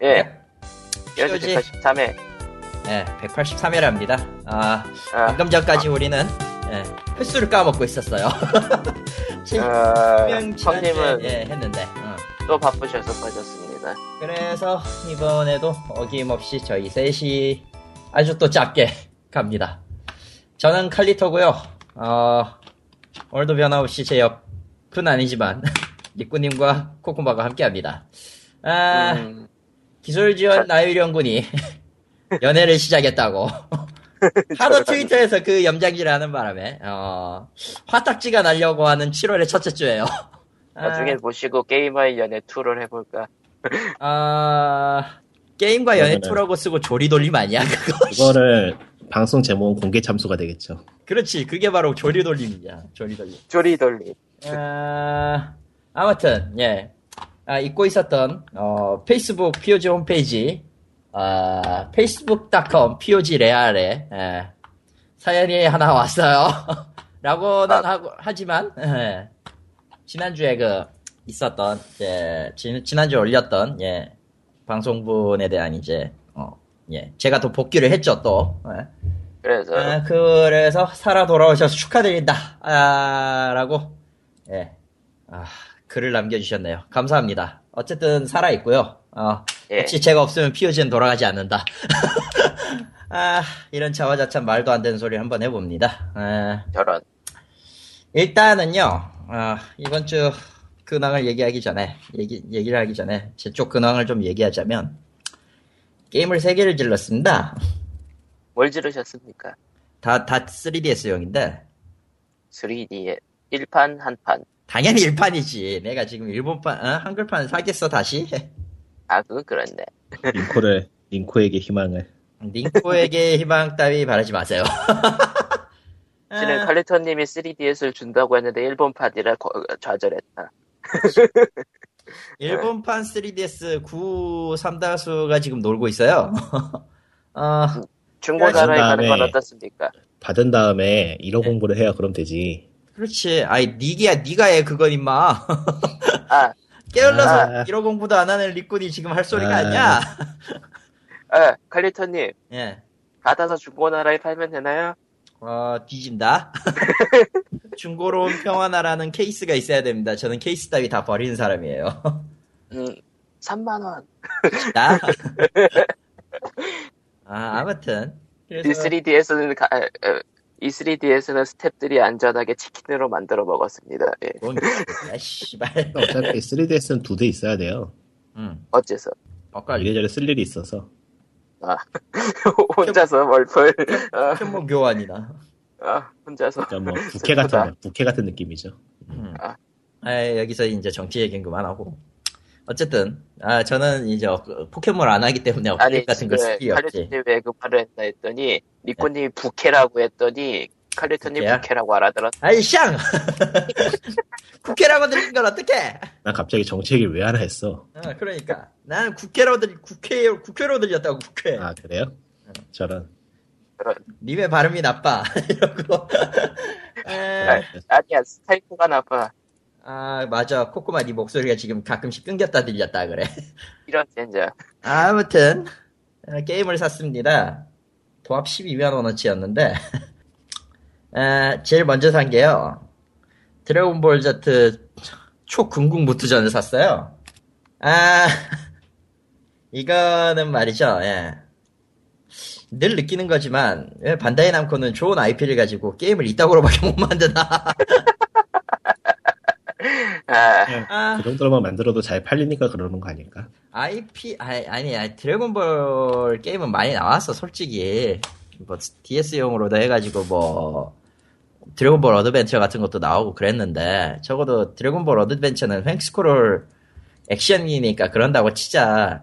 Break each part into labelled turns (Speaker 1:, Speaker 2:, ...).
Speaker 1: 네?
Speaker 2: 예. 그래서
Speaker 1: POG.
Speaker 2: 183회.
Speaker 1: 예, 183회랍니다. 아,
Speaker 2: 아,
Speaker 1: 방금 전까지 우리는 예, 횟수를 까먹고 있었어요. 신- 아, 분명
Speaker 2: 어,
Speaker 1: 지난주에
Speaker 2: 성님은
Speaker 1: 예, 했는데. 어.
Speaker 2: 또 바쁘셔서 빠졌습니다.
Speaker 1: 그래서 이번에도 어김없이 저희 셋이 아주 또 짧게 갑니다. 저는 칼리터고요. 어, 오늘도 변함없이 제 옆은 아니지만 니꾸님과 코코마가 함께합니다. 아,
Speaker 2: 음,
Speaker 1: 기술 지원 나유령 군이 연애를 시작했다고. 하루 트위터에서 그 염장질을 하는 바람에 어, 화딱지가 날려고 하는 7월의 첫째 주예요. 아,
Speaker 2: 나중에 보시고 게이머의 연애 2를 해볼까.
Speaker 1: 아, 게임과 연애 투라고 쓰고 조리돌림 아니야 그거?
Speaker 3: 이거를 방송 제목은 공개 참수가 되겠죠.
Speaker 1: 그렇지, 그게 바로 조리돌림이야. 조리돌림.
Speaker 2: 쪼리돌리.
Speaker 1: 아, 아무튼 예, 아, 잊고 있었던 어, 페이스북 POG 홈페이지 아, facebook.com POG 레알에 예, 사연이 하나 왔어요. 라고는
Speaker 2: 아.
Speaker 1: 하고 하지만 예, 지난주에 그 있었던 예, 지, 지난주에 올렸던 예, 방송분에 대한 이제 어, 예, 제가 또 복귀를 했죠 또. 예.
Speaker 2: 그래서
Speaker 1: 아, 그래서 살아 돌아오셔서 축하드린다. 아, 라고, 예. 아, 글을 남겨주셨네요. 감사합니다. 어쨌든 살아있고요. 어,
Speaker 2: 예.
Speaker 1: 역시 제가 없으면 피오지는 돌아가지 않는다. 아, 이런 자화자찬 말도 안 되는 소리 를 한번 해봅니다. 아,
Speaker 2: 저런.
Speaker 1: 일단은요, 아, 이번 주 근황을 얘기하기 전에, 얘기, 얘기를 하기 전에, 제 쪽 근황을 좀 얘기하자면, 게임을 세개를 질렀습니다.
Speaker 2: 뭘 지르셨습니까?
Speaker 1: 다, 다 3DS용인데,
Speaker 2: 3D에 1판, 한판.
Speaker 1: 당연히 일판이지. 내가 지금 일본판, 어? 한글판 사겠어, 다시?
Speaker 2: 아, 그건 그렇네.
Speaker 3: 링코를 링코에게 희망을.
Speaker 1: 링코에게 희망 따위 바라지 마세요.
Speaker 2: 지금
Speaker 1: 아,
Speaker 2: 칼리터님이 3DS를 준다고 했는데 일본 판이라 거- 좌절했다.
Speaker 1: 일본판 3DS 9 3다수가 지금 놀고 있어요. 어,
Speaker 2: 중고나라에
Speaker 3: 그래서
Speaker 1: 네.
Speaker 2: 가는 건
Speaker 3: 다음에-
Speaker 2: 어떻습니까?
Speaker 3: 받은 다음에 일어 공부를 해야 그럼 되지.
Speaker 1: 그렇지. 아이, 니기야, 니가 해, 그건 임마.
Speaker 2: 아,
Speaker 1: 게을러서
Speaker 3: 아.
Speaker 1: 일어 공부도 안 하는 리꾼이 지금 할 소리가
Speaker 3: 아.
Speaker 1: 아... 니야
Speaker 2: 아, 칼리터님
Speaker 1: 예.
Speaker 2: 받아서 중고나라에 팔면 되나요?
Speaker 1: 어, 뒤진다. 중고로운 평화나라는 케이스가 있어야 됩니다. 저는 케이스 따위 다 버리는 사람이에요.
Speaker 2: 음, 3만 원.
Speaker 1: 나? 아, 아무튼.
Speaker 2: 이
Speaker 1: 그래서
Speaker 2: 3DS는 가, 어, 이 3DS는 스탭들이 안전하게 치킨으로 만들어 먹었습니다. 예.
Speaker 1: 뭔 개소리야, 씨발. 음,
Speaker 3: 어차피 3DS는 두 대 있어야 돼요.
Speaker 1: 응,
Speaker 2: 어째서
Speaker 1: 엇갈려.
Speaker 3: 이래저래 쓸 일이 있어서.
Speaker 2: 아. 혼자서 월풀 어,
Speaker 1: 뭐 교환이나.
Speaker 2: 어, 혼자서
Speaker 3: 그러니까 뭐 부캐 같은
Speaker 2: 슬프다.
Speaker 3: 거, 부캐 같은 느낌이죠.
Speaker 1: 아, 여기서 이제 정치 얘기는 그만하고. 어쨌든, 아, 저는 이제 어- 포켓몬을 안 하기 때문에 업데이트
Speaker 2: 아니
Speaker 1: 뭐,
Speaker 2: 그
Speaker 1: 같은 걸 쓸
Speaker 2: 지금
Speaker 1: 일이 없지. 네.
Speaker 2: 칼리토님 왜그 말을 했나 했더니 니코님이 부캐라고 했더니 칼리토님
Speaker 1: 부캐야?
Speaker 2: 부캐라고 알아들었
Speaker 1: 아이, 쌍! 국회라고 들린 걸 어떡해!
Speaker 3: 난 갑자기 정책을 왜 하나 했어.
Speaker 1: 어, 그러니까. 나는 국회라고 들, 국회, 국회로 들렸다고, 국회.
Speaker 3: 아 그래요? 저런.
Speaker 1: 님의 발음이 나빠.
Speaker 3: 아,
Speaker 1: 이러고.
Speaker 2: 네.
Speaker 1: 에,
Speaker 2: 아니야 스타이프가 나빠
Speaker 1: 아 맞아 코코마 니 목소리가 지금 가끔씩 끊겼다 들렸다 그래
Speaker 2: 이런 젠장
Speaker 1: 아무튼 어, 게임을 샀습니다 도합 12만원어치였는데 어, 제일 먼저 산 게요 드래곤볼 Z 초궁극 무투전을 샀어요 아 이거는 말이죠 예. 늘 느끼는 거지만 왜 반다이 남코는 좋은 IP를 가지고 게임을 이따구로밖에 못 만드나
Speaker 2: 아,
Speaker 1: 아.
Speaker 3: 그 정도로만 만들어도 잘 팔리니까 그러는 거 아닐까?
Speaker 1: IP 아니 아니 아니, 드래곤볼 게임은 많이 나왔어 솔직히 뭐 DS용으로도 해가지고 뭐 드래곤볼 어드벤처 같은 것도 나오고 그랬는데 적어도 드래곤볼 어드벤처는 횡스크롤 액션이니까 그런다고 치자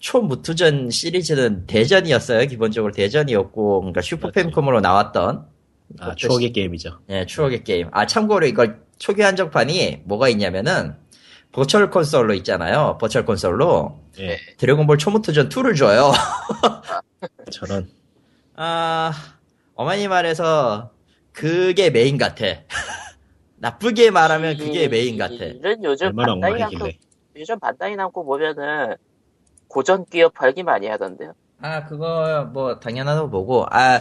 Speaker 1: 초무투전 시리즈는 대전이었어요 기본적으로 대전이었고 그러니까 슈퍼팬컴으로 나왔던
Speaker 3: 아 추억의 게임이죠.
Speaker 1: 예, 추억의 게임. 아, 참고로 이걸 초기 한정판이 뭐가 있냐면은, 버츄얼 콘솔로 있잖아요. 버츄얼 콘솔로.
Speaker 3: 예.
Speaker 1: 드래곤볼 초무트전 2를 줘요.
Speaker 3: 저런.
Speaker 1: 아, 어머니 말해서, 그게 메인 같아. 나쁘게 말하면 그게 메인 같아.
Speaker 2: 이런 요즘
Speaker 3: 얼마나
Speaker 2: 반다이
Speaker 3: 엉망이길래.
Speaker 2: 남고 요즘 반다이 남고 보면은 고전 기업 팔기 많이 하던데요.
Speaker 1: 아, 그거 뭐 당연하다고 보고 아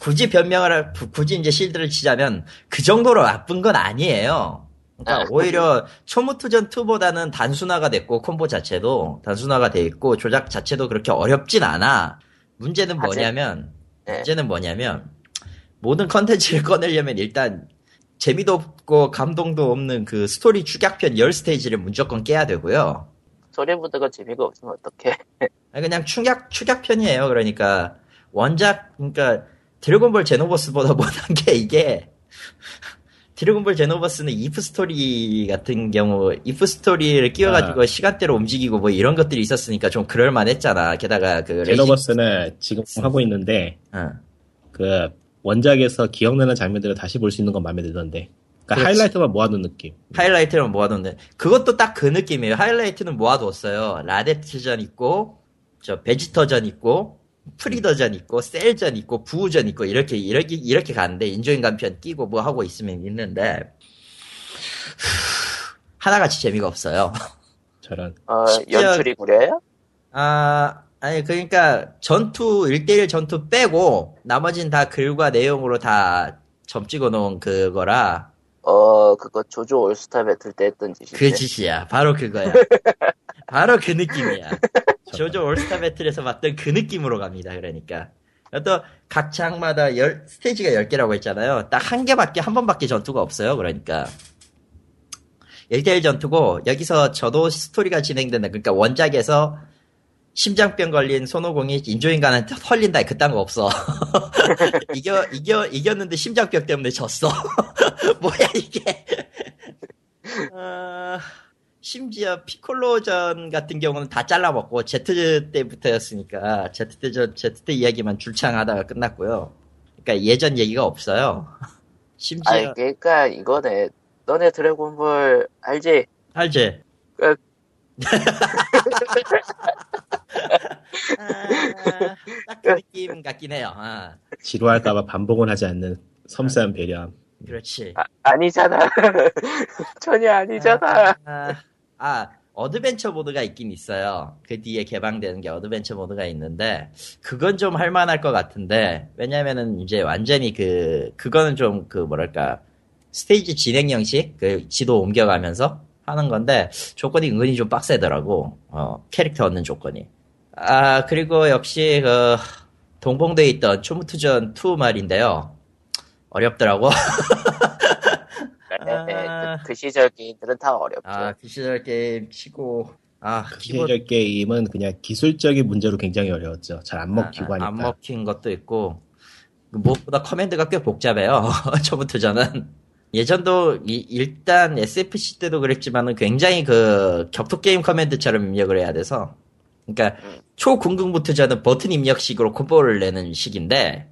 Speaker 1: 굳이 변명을 할- 구- 굳이 이제 실드를 치자면 그 정도로 나쁜 건 아니에요. 그러니까
Speaker 2: 아.
Speaker 1: 오히려 초무투전 2보다는 단순화가 됐고 콤보 자체도 단순화가 돼 있고 조작 자체도 그렇게 어렵진 않아. 문제는
Speaker 2: 아직-
Speaker 1: 뭐냐면
Speaker 2: 네.
Speaker 1: 문제는 뭐냐면 모든 컨텐츠를 꺼내려면 일단 재미도 없고 감동도 없는 그 스토리 축약편 10스테이지를 무조건 깨야 되고요.
Speaker 2: 소리 부드가 재미가 없으면 어떡해.
Speaker 1: 아니, 그냥 충격 추격편이에요. 그러니까 원작 그러니까 드래곤볼 제노버스보다 못한 게 이게 드래곤볼 제노버스는 이프 스토리 같은 경우 이프 스토리를
Speaker 3: 아.
Speaker 1: 끼워가지고 시간대로 움직이고 뭐 이런 것들이 있었으니까 좀 그럴만했잖아. 게다가 그 레이징-
Speaker 3: 제노버스는 지금 하고 있는데
Speaker 1: 어.
Speaker 3: 그 원작에서 기억나는 장면들을 다시 볼 수 있는 건 마음에 들던데. 그러니까
Speaker 1: 그렇지.
Speaker 3: 하이라이트만 모아놓은 느낌.
Speaker 1: 하이라이트는 모아뒀는데 그것도 딱 그 느낌이에요. 하이라이트는 모아뒀어요. 라데트전 있고 저 베지터전 있고 프리더전 있고 셀전 있고 부우전 있고 이렇게 이렇게 이렇게 가는데 인조인간편 끼고 뭐 하고 있으면 있는데 하나같이 재미가 없어요.
Speaker 3: 저런.
Speaker 2: 어,
Speaker 1: 심지어-
Speaker 2: 연출이 구려요?
Speaker 1: 아 아니 그러니까 전투 1대1 전투 빼고 나머진 다 글과 내용으로 다 점 찍어 놓은 그거라
Speaker 2: 어, 그거 조조 올스타 배틀 때 했던 짓인데.
Speaker 1: 그 짓이야. 바로 그거야. 바로 그 느낌이야. 조조 올스타 배틀에서 봤던 그 느낌으로 갑니다. 그러니까. 또 각 장마다 열, 스테이지가 10개라고 했잖아요. 딱 한 개밖에, 한 번밖에 전투가 없어요. 그러니까. 1대1 전투고, 여기서 저도 스토리가 진행된다. 그러니까 원작에서 심장병 걸린 손오공이 인조인간한테 털린다. 그딴 거 없어. 이겨, 이겨, 이겼는데 심장병 때문에 졌어. 뭐야, 이게. 어, 심지어 피콜로전 같은 경우는 다 잘라먹고 제트 때부터였으니까 제트 때 저, 제트 때 이야기만 줄창하다가 끝났고요. 그러니까 예전 얘기가 없어요. 심지어
Speaker 2: 아니, 그러니까 이거네. 너네 드래곤볼 알지?
Speaker 1: 알지?
Speaker 2: 그-
Speaker 1: 아, 딱그 느낌 같긴 해요. 아,
Speaker 3: 지루할까봐 반복은 하지 않는 섬세한 배려.
Speaker 1: 그렇지.
Speaker 2: 아, 아니잖아. 전혀 아니잖아.
Speaker 1: 아, 아, 어드벤처 모드가 있긴 있어요. 그 뒤에 개방되는 게 어드벤처 모드가 있는데, 그건 좀 할만할 것 같은데, 왜냐면은 이제 완전히 그, 그거는 좀 그 뭐랄까, 스테이지 진행 형식? 그 지도 옮겨가면서 하는 건데, 조건이 은근히 좀 빡세더라고. 어, 캐릭터 얻는 조건이. 아, 그리고 역시 그, 동봉돼 있던 초무투전 2 말인데요. 어렵더라고.
Speaker 2: 네, 네.
Speaker 1: 아.
Speaker 2: 그, 그 시절 게임들은 다 어렵죠.
Speaker 1: 아, 그 시절 게임 치고, 아,
Speaker 3: 그
Speaker 1: 키보드
Speaker 3: 시절 게임은 그냥 기술적인 문제로 굉장히 어려웠죠. 잘 안 먹히고
Speaker 1: 아,
Speaker 3: 하니까.
Speaker 1: 안 먹힌 것도 있고 그 무엇보다 커맨드가 꽤 복잡해요. 처음부터 저는 예전도 이- 일단 SFC 때도 그랬지만은 굉장히 그 격투 게임 커맨드처럼 입력을 해야 돼서 그러니까 초궁극무투자는 버튼 입력식으로 콤보를 내는 식인데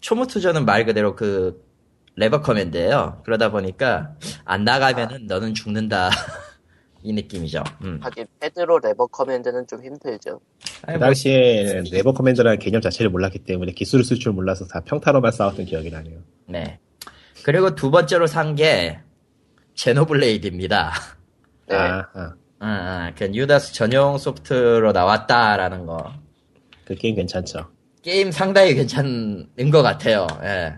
Speaker 1: 초무투자는 말 그대로 그 레버 커맨드예요. 그러다 보니까 안
Speaker 3: 아.
Speaker 1: 나가면은 너는 죽는다 이 느낌이죠. 음.
Speaker 2: 하긴 패드로 레버 커맨드는 좀 힘들죠.
Speaker 3: 그
Speaker 1: 아니, 뭐
Speaker 3: 당시에 네버 커맨드라는 개념 자체를 몰랐기 때문에 기술을 쓸 줄 몰라서 다 평타로만 싸웠던 기억이 나네요.
Speaker 1: 네. 그리고 두 번째로 산 게 제노블레이드입니다.
Speaker 2: 네.
Speaker 3: 아, 아,
Speaker 1: 아, 아, 그 유다스 전용 소프트로 나왔다라는 거.
Speaker 3: 그 게임 괜찮죠.
Speaker 1: 게임 상당히 괜찮은 것 같아요. 예.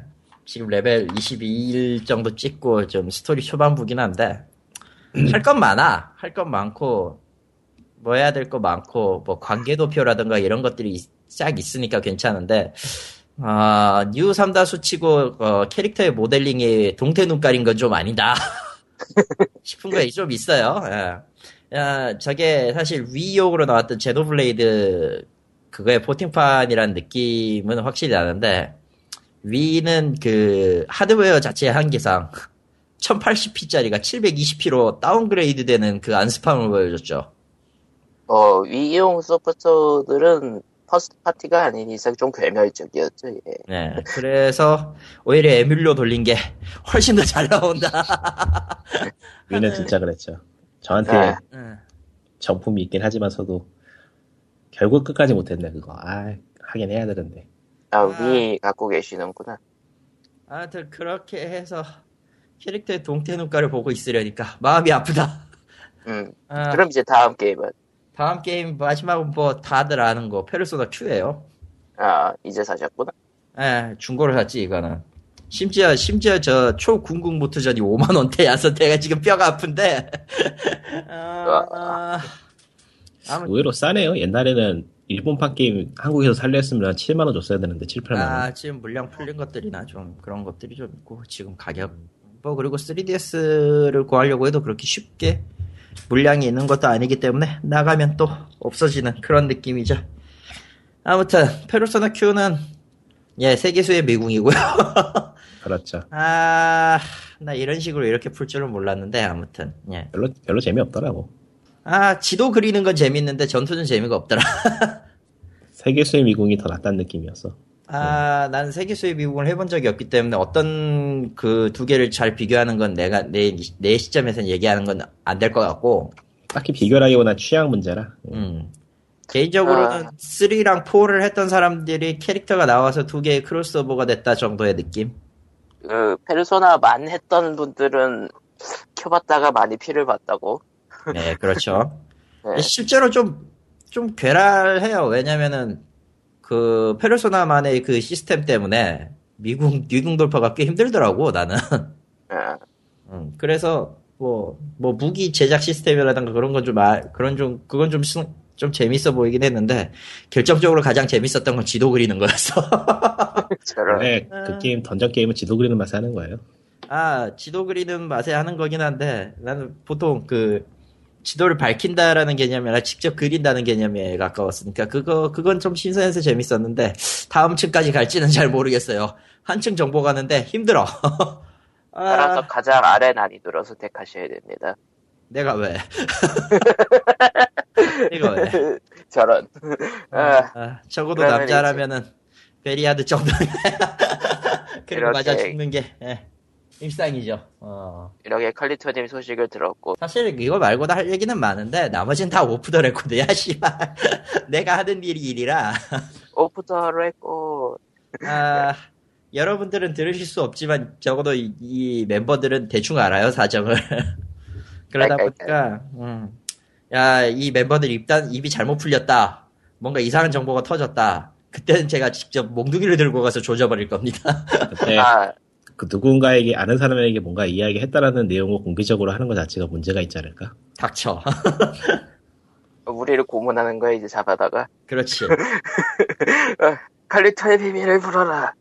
Speaker 1: 지금 레벨 22일 정도 찍고 좀 스토리 초반부긴 한데 할 건 많아. 할 건 많고 뭐 해야 될 거 많고 뭐 관계 도표라든가 이런 것들이 있- 쫙 있으니까 괜찮은데 아, 뉴 삼다수 치고 어, 캐릭터의 모델링이 동태 눈깔인 건 좀 아니다. 싶은 거 좀 있어요. 예. 야, 저게 사실 위용으로 나왔던 제노블레이드 그거의 포팅판이라는 느낌은 확실히 나는데 위는 그 하드웨어 자체의 한계상 1080p짜리가 720p로 다운그레이드 되는 그 안스팜을 보여줬죠.
Speaker 2: 어, 위용 소프트들은 퍼스트 파티가 아닌 이상 좀 괴멸적이었죠, 예.
Speaker 1: 네. 그래서 오히려 에뮬로 돌린 게 훨씬 더 잘 나온다. 네.
Speaker 3: 위는 진짜 그랬죠. 저한테
Speaker 2: 네.
Speaker 1: 응.
Speaker 3: 정품이 있긴 하지만서도 결국 끝까지 못했네 그거. 아, 하긴 해야 되는데.
Speaker 2: 아,
Speaker 1: 아.
Speaker 2: 위 갖고 계시는구나.
Speaker 1: 아무튼 그렇게 해서 캐릭터의 동태 눈가를 보고 있으려니까 마음이 아프다.
Speaker 2: 음.
Speaker 1: 아,
Speaker 2: 그럼 이제 다음 게임은.
Speaker 1: 다음 게임 마지막은 뭐 다들 아는 거 페르소나 Q예요.
Speaker 2: 아 이제 사셨구나.
Speaker 1: 예, 중고를 샀지 이거는. 심지어 심지어 저 초궁극 모트전이 5만 원대야서 내가 지금 뼈가 아픈데. 아, 아무-
Speaker 3: 그 의외로 싸네요. 옛날에는 일본판 게임 한국에서 살려 했으면 7만원 줬어야 되는데 7, 8만원.
Speaker 1: 아, 지금 물량 풀린 것들이나 좀 그런 것들이 좀 있고 지금 가격 뭐 그리고 3DS를 구하려고 해도 그렇게 쉽게 물량이 있는 것도 아니기 때문에 나가면 또 없어지는 그런 느낌이죠. 아무튼 페르소나 Q는 예 세계수의 미궁이고요.
Speaker 3: 그렇죠.
Speaker 1: 아, 나 이런 식으로 이렇게 풀 줄은 몰랐는데, 아무튼, 예.
Speaker 3: 별로, 별로 재미없더라고.
Speaker 1: 아, 지도 그리는 건 재밌는데, 전투는 재미가 없더라.
Speaker 3: 세계수의 미궁이 더 낫다는 느낌이었어.
Speaker 1: 아, 난 세계수의 미국을 해본 적이 없기 때문에, 어떤 그 두 개를 잘 비교하는 건 내가, 내, 내 시점에선 얘기하는 건 안 될 것 같고,
Speaker 3: 딱히 비교라기보다 취향 문제라. 음.
Speaker 1: 음. 개인적으로는
Speaker 2: 아.
Speaker 1: 3랑 4를 했던 사람들이 캐릭터가 나와서 두 개의 크로스오버가 됐다 정도의 느낌?
Speaker 2: 그 페르소나 만 했던 분들은 켜봤다가 많이 피를 봤다고.
Speaker 1: 네, 그렇죠.
Speaker 2: 네.
Speaker 1: 실제로 좀, 좀 괴랄해요. 왜냐면은, 그, 페르소나만의 그 시스템 때문에, 미국, 미국 돌파가 꽤 힘들더라고, 나는.
Speaker 2: 예.
Speaker 1: 음, 그래서, 뭐, 뭐, 무기 제작 시스템이라든가 그런 건 좀, 아, 그런 좀, 그건 좀, 신- 좀 재밌어 보이긴 했는데, 결정적으로 가장 재밌었던 건 지도 그리는 거였어.
Speaker 2: 저런.
Speaker 3: 원래 그 게임, 던전 게임은 지도 그리는 맛에 하는 거예요.
Speaker 1: 아, 지도 그리는 맛에 하는 거긴 한데, 나는 보통 그, 지도를 밝힌다라는 개념이 아니라 직접 그린다는 개념에 가까웠으니까, 그거, 그건 좀 신선해서 재밌었는데, 다음 층까지 갈지는 잘 모르겠어요. 한층 정보 가는데 힘들어.
Speaker 2: 따라서
Speaker 1: 아,
Speaker 2: 가장 아래 난이도로 선택하셔야 됩니다.
Speaker 1: 내가 왜. 내가 왜.
Speaker 2: 저런. 아,
Speaker 1: 아, 적어도
Speaker 2: 그러면
Speaker 1: 남자라면은 베리아드 정도는 그리고 맞아
Speaker 2: 이렇게.
Speaker 1: 죽는 게 예, 일상이죠. 어.
Speaker 2: 이렇게 칼리토님 소식을 들었고
Speaker 1: 사실 이거 말고도 할 얘기는 많은데 나머진 다 오프 더 레코드야 씨발 내가 하는 일이 일이라
Speaker 2: 오프더로 어, 했고
Speaker 1: 아, 여러분들은 들으실 수 없지만 적어도 이, 이 멤버들은 대충 알아요 사정을 그러다 보니까 음, 야이 멤버들 입단 입이 잘못 풀렸다 뭔가 이상한 정보가 터졌다 그때는 제가 직접 몽둥이를 들고 가서 조져버릴 겁니다
Speaker 3: 그때
Speaker 2: 아
Speaker 3: 그 누군가에게, 아는 사람에게 뭔가 이야기 했다라는 내용을 공개적으로 하는 것 자체가 문제가 있지 않을까?
Speaker 1: 닥쳐
Speaker 2: 우리를 고문하는 거야 이제 잡아다가 어,
Speaker 1: 그렇지
Speaker 2: 칼리토의 비밀을 풀어라.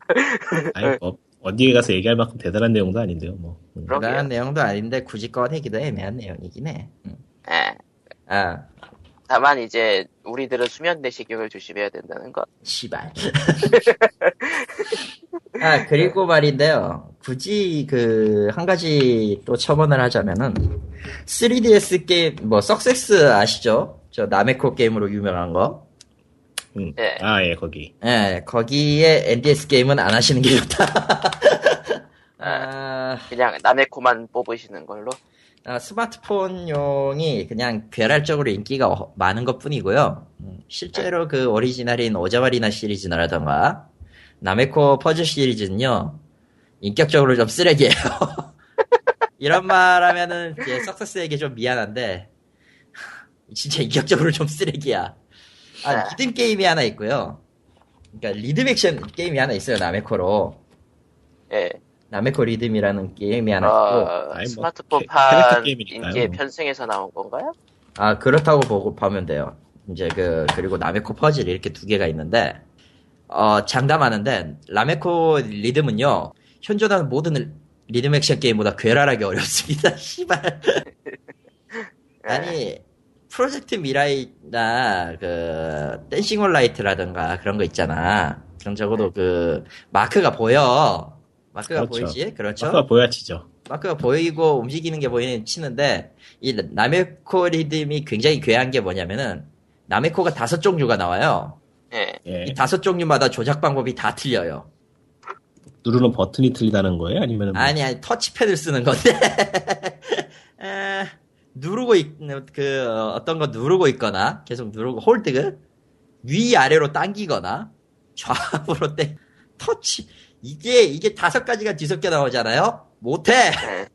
Speaker 3: 아니, 뭐, 어디에 가서 얘기할 만큼 대단한 내용도 아닌데요, 뭐. 음.
Speaker 2: 그러게요.
Speaker 1: 대단한 내용도 아닌데 굳이 꺼내기도 애매한 내용이긴 해 음.
Speaker 2: 예.
Speaker 1: 아,
Speaker 2: 다만 이제 우리들은 수면 내시경을 조심해야 된다는 것.
Speaker 1: 시발. 아, 그리고 말인데요. 굳이 그, 한 가지 또 첨언을 하자면은, 3DS 게임, 뭐, 석세스 아시죠? 저 나메코 게임으로 유명한 거.
Speaker 3: 음.
Speaker 2: 예.
Speaker 3: 아, 예, 거기.
Speaker 1: 예, 거기에 NDS 게임은 안 하시는 게 좋다. 아,
Speaker 2: 그냥 남의 코만 뽑으시는 걸로.
Speaker 1: 아, 스마트폰용이 그냥 괴랄적으로 인기가 어- 많은 것 뿐이고요. 실제로 그 오리지널인 오자마리나 시리즈나라던가, 나메코 퍼즐 시리즈는요, 인격적으로 좀 쓰레기예요. 이런 말 하면은, 이제 석서스에게 좀 미안한데, 진짜 인격적으로 좀 쓰레기야. 아, 리듬 게임이 하나 있고요. 그러니까 리듬 액션 게임이 하나 있어요, 나메코로.
Speaker 2: 예.
Speaker 1: 나메코 리듬이라는 게임이 하나 있고,
Speaker 2: 어,
Speaker 3: 아니, 뭐, 캐- 캐릭터
Speaker 2: 스마트폰판
Speaker 3: 게임이니까요.
Speaker 2: 인기에 편승해서 나온 건가요?
Speaker 1: 아 그렇다고 보고 보면 돼요. 이제 그 그리고 라메코 퍼즐 이렇게 두 개가 있는데 어 장담하는데 라메코 리듬은요 현존하는 모든 리듬 액션 게임보다 괴랄하게 어렵습니다. 씨발
Speaker 3: 네.
Speaker 2: 예.
Speaker 1: 아니 프로젝트 미라이나 그 댄싱 온 라이트라든가 그런 거 있잖아. 그럼 적어도 그 마크가 보여. 마크가
Speaker 3: 네. 그렇죠.
Speaker 1: 보이지? 그렇죠.
Speaker 3: 아까 보여지죠.
Speaker 1: 마크가 보이고 움직이는 게 보이는 치는데 이 나메코 리듬이 굉장히 괴한 게 뭐냐면은 나메코가 다섯 종류가 나와요.
Speaker 2: 예.
Speaker 3: 예.
Speaker 1: 이 다섯 종류마다 조작 방법이 다 틀려요.
Speaker 3: 누르는 버튼이 틀리다는 거예요? 아니면 뭐
Speaker 1: 아니 아니 터치패드를 쓰는 건데 에, 누르고 있, 그 어, 어떤 거 누르고 있거나 계속 누르고 홀드그 위 아래로 당기거나 좌우로 땡 터치 이게 이게 다섯 가지가 뒤섞여 나오잖아요. 못해.
Speaker 2: 예.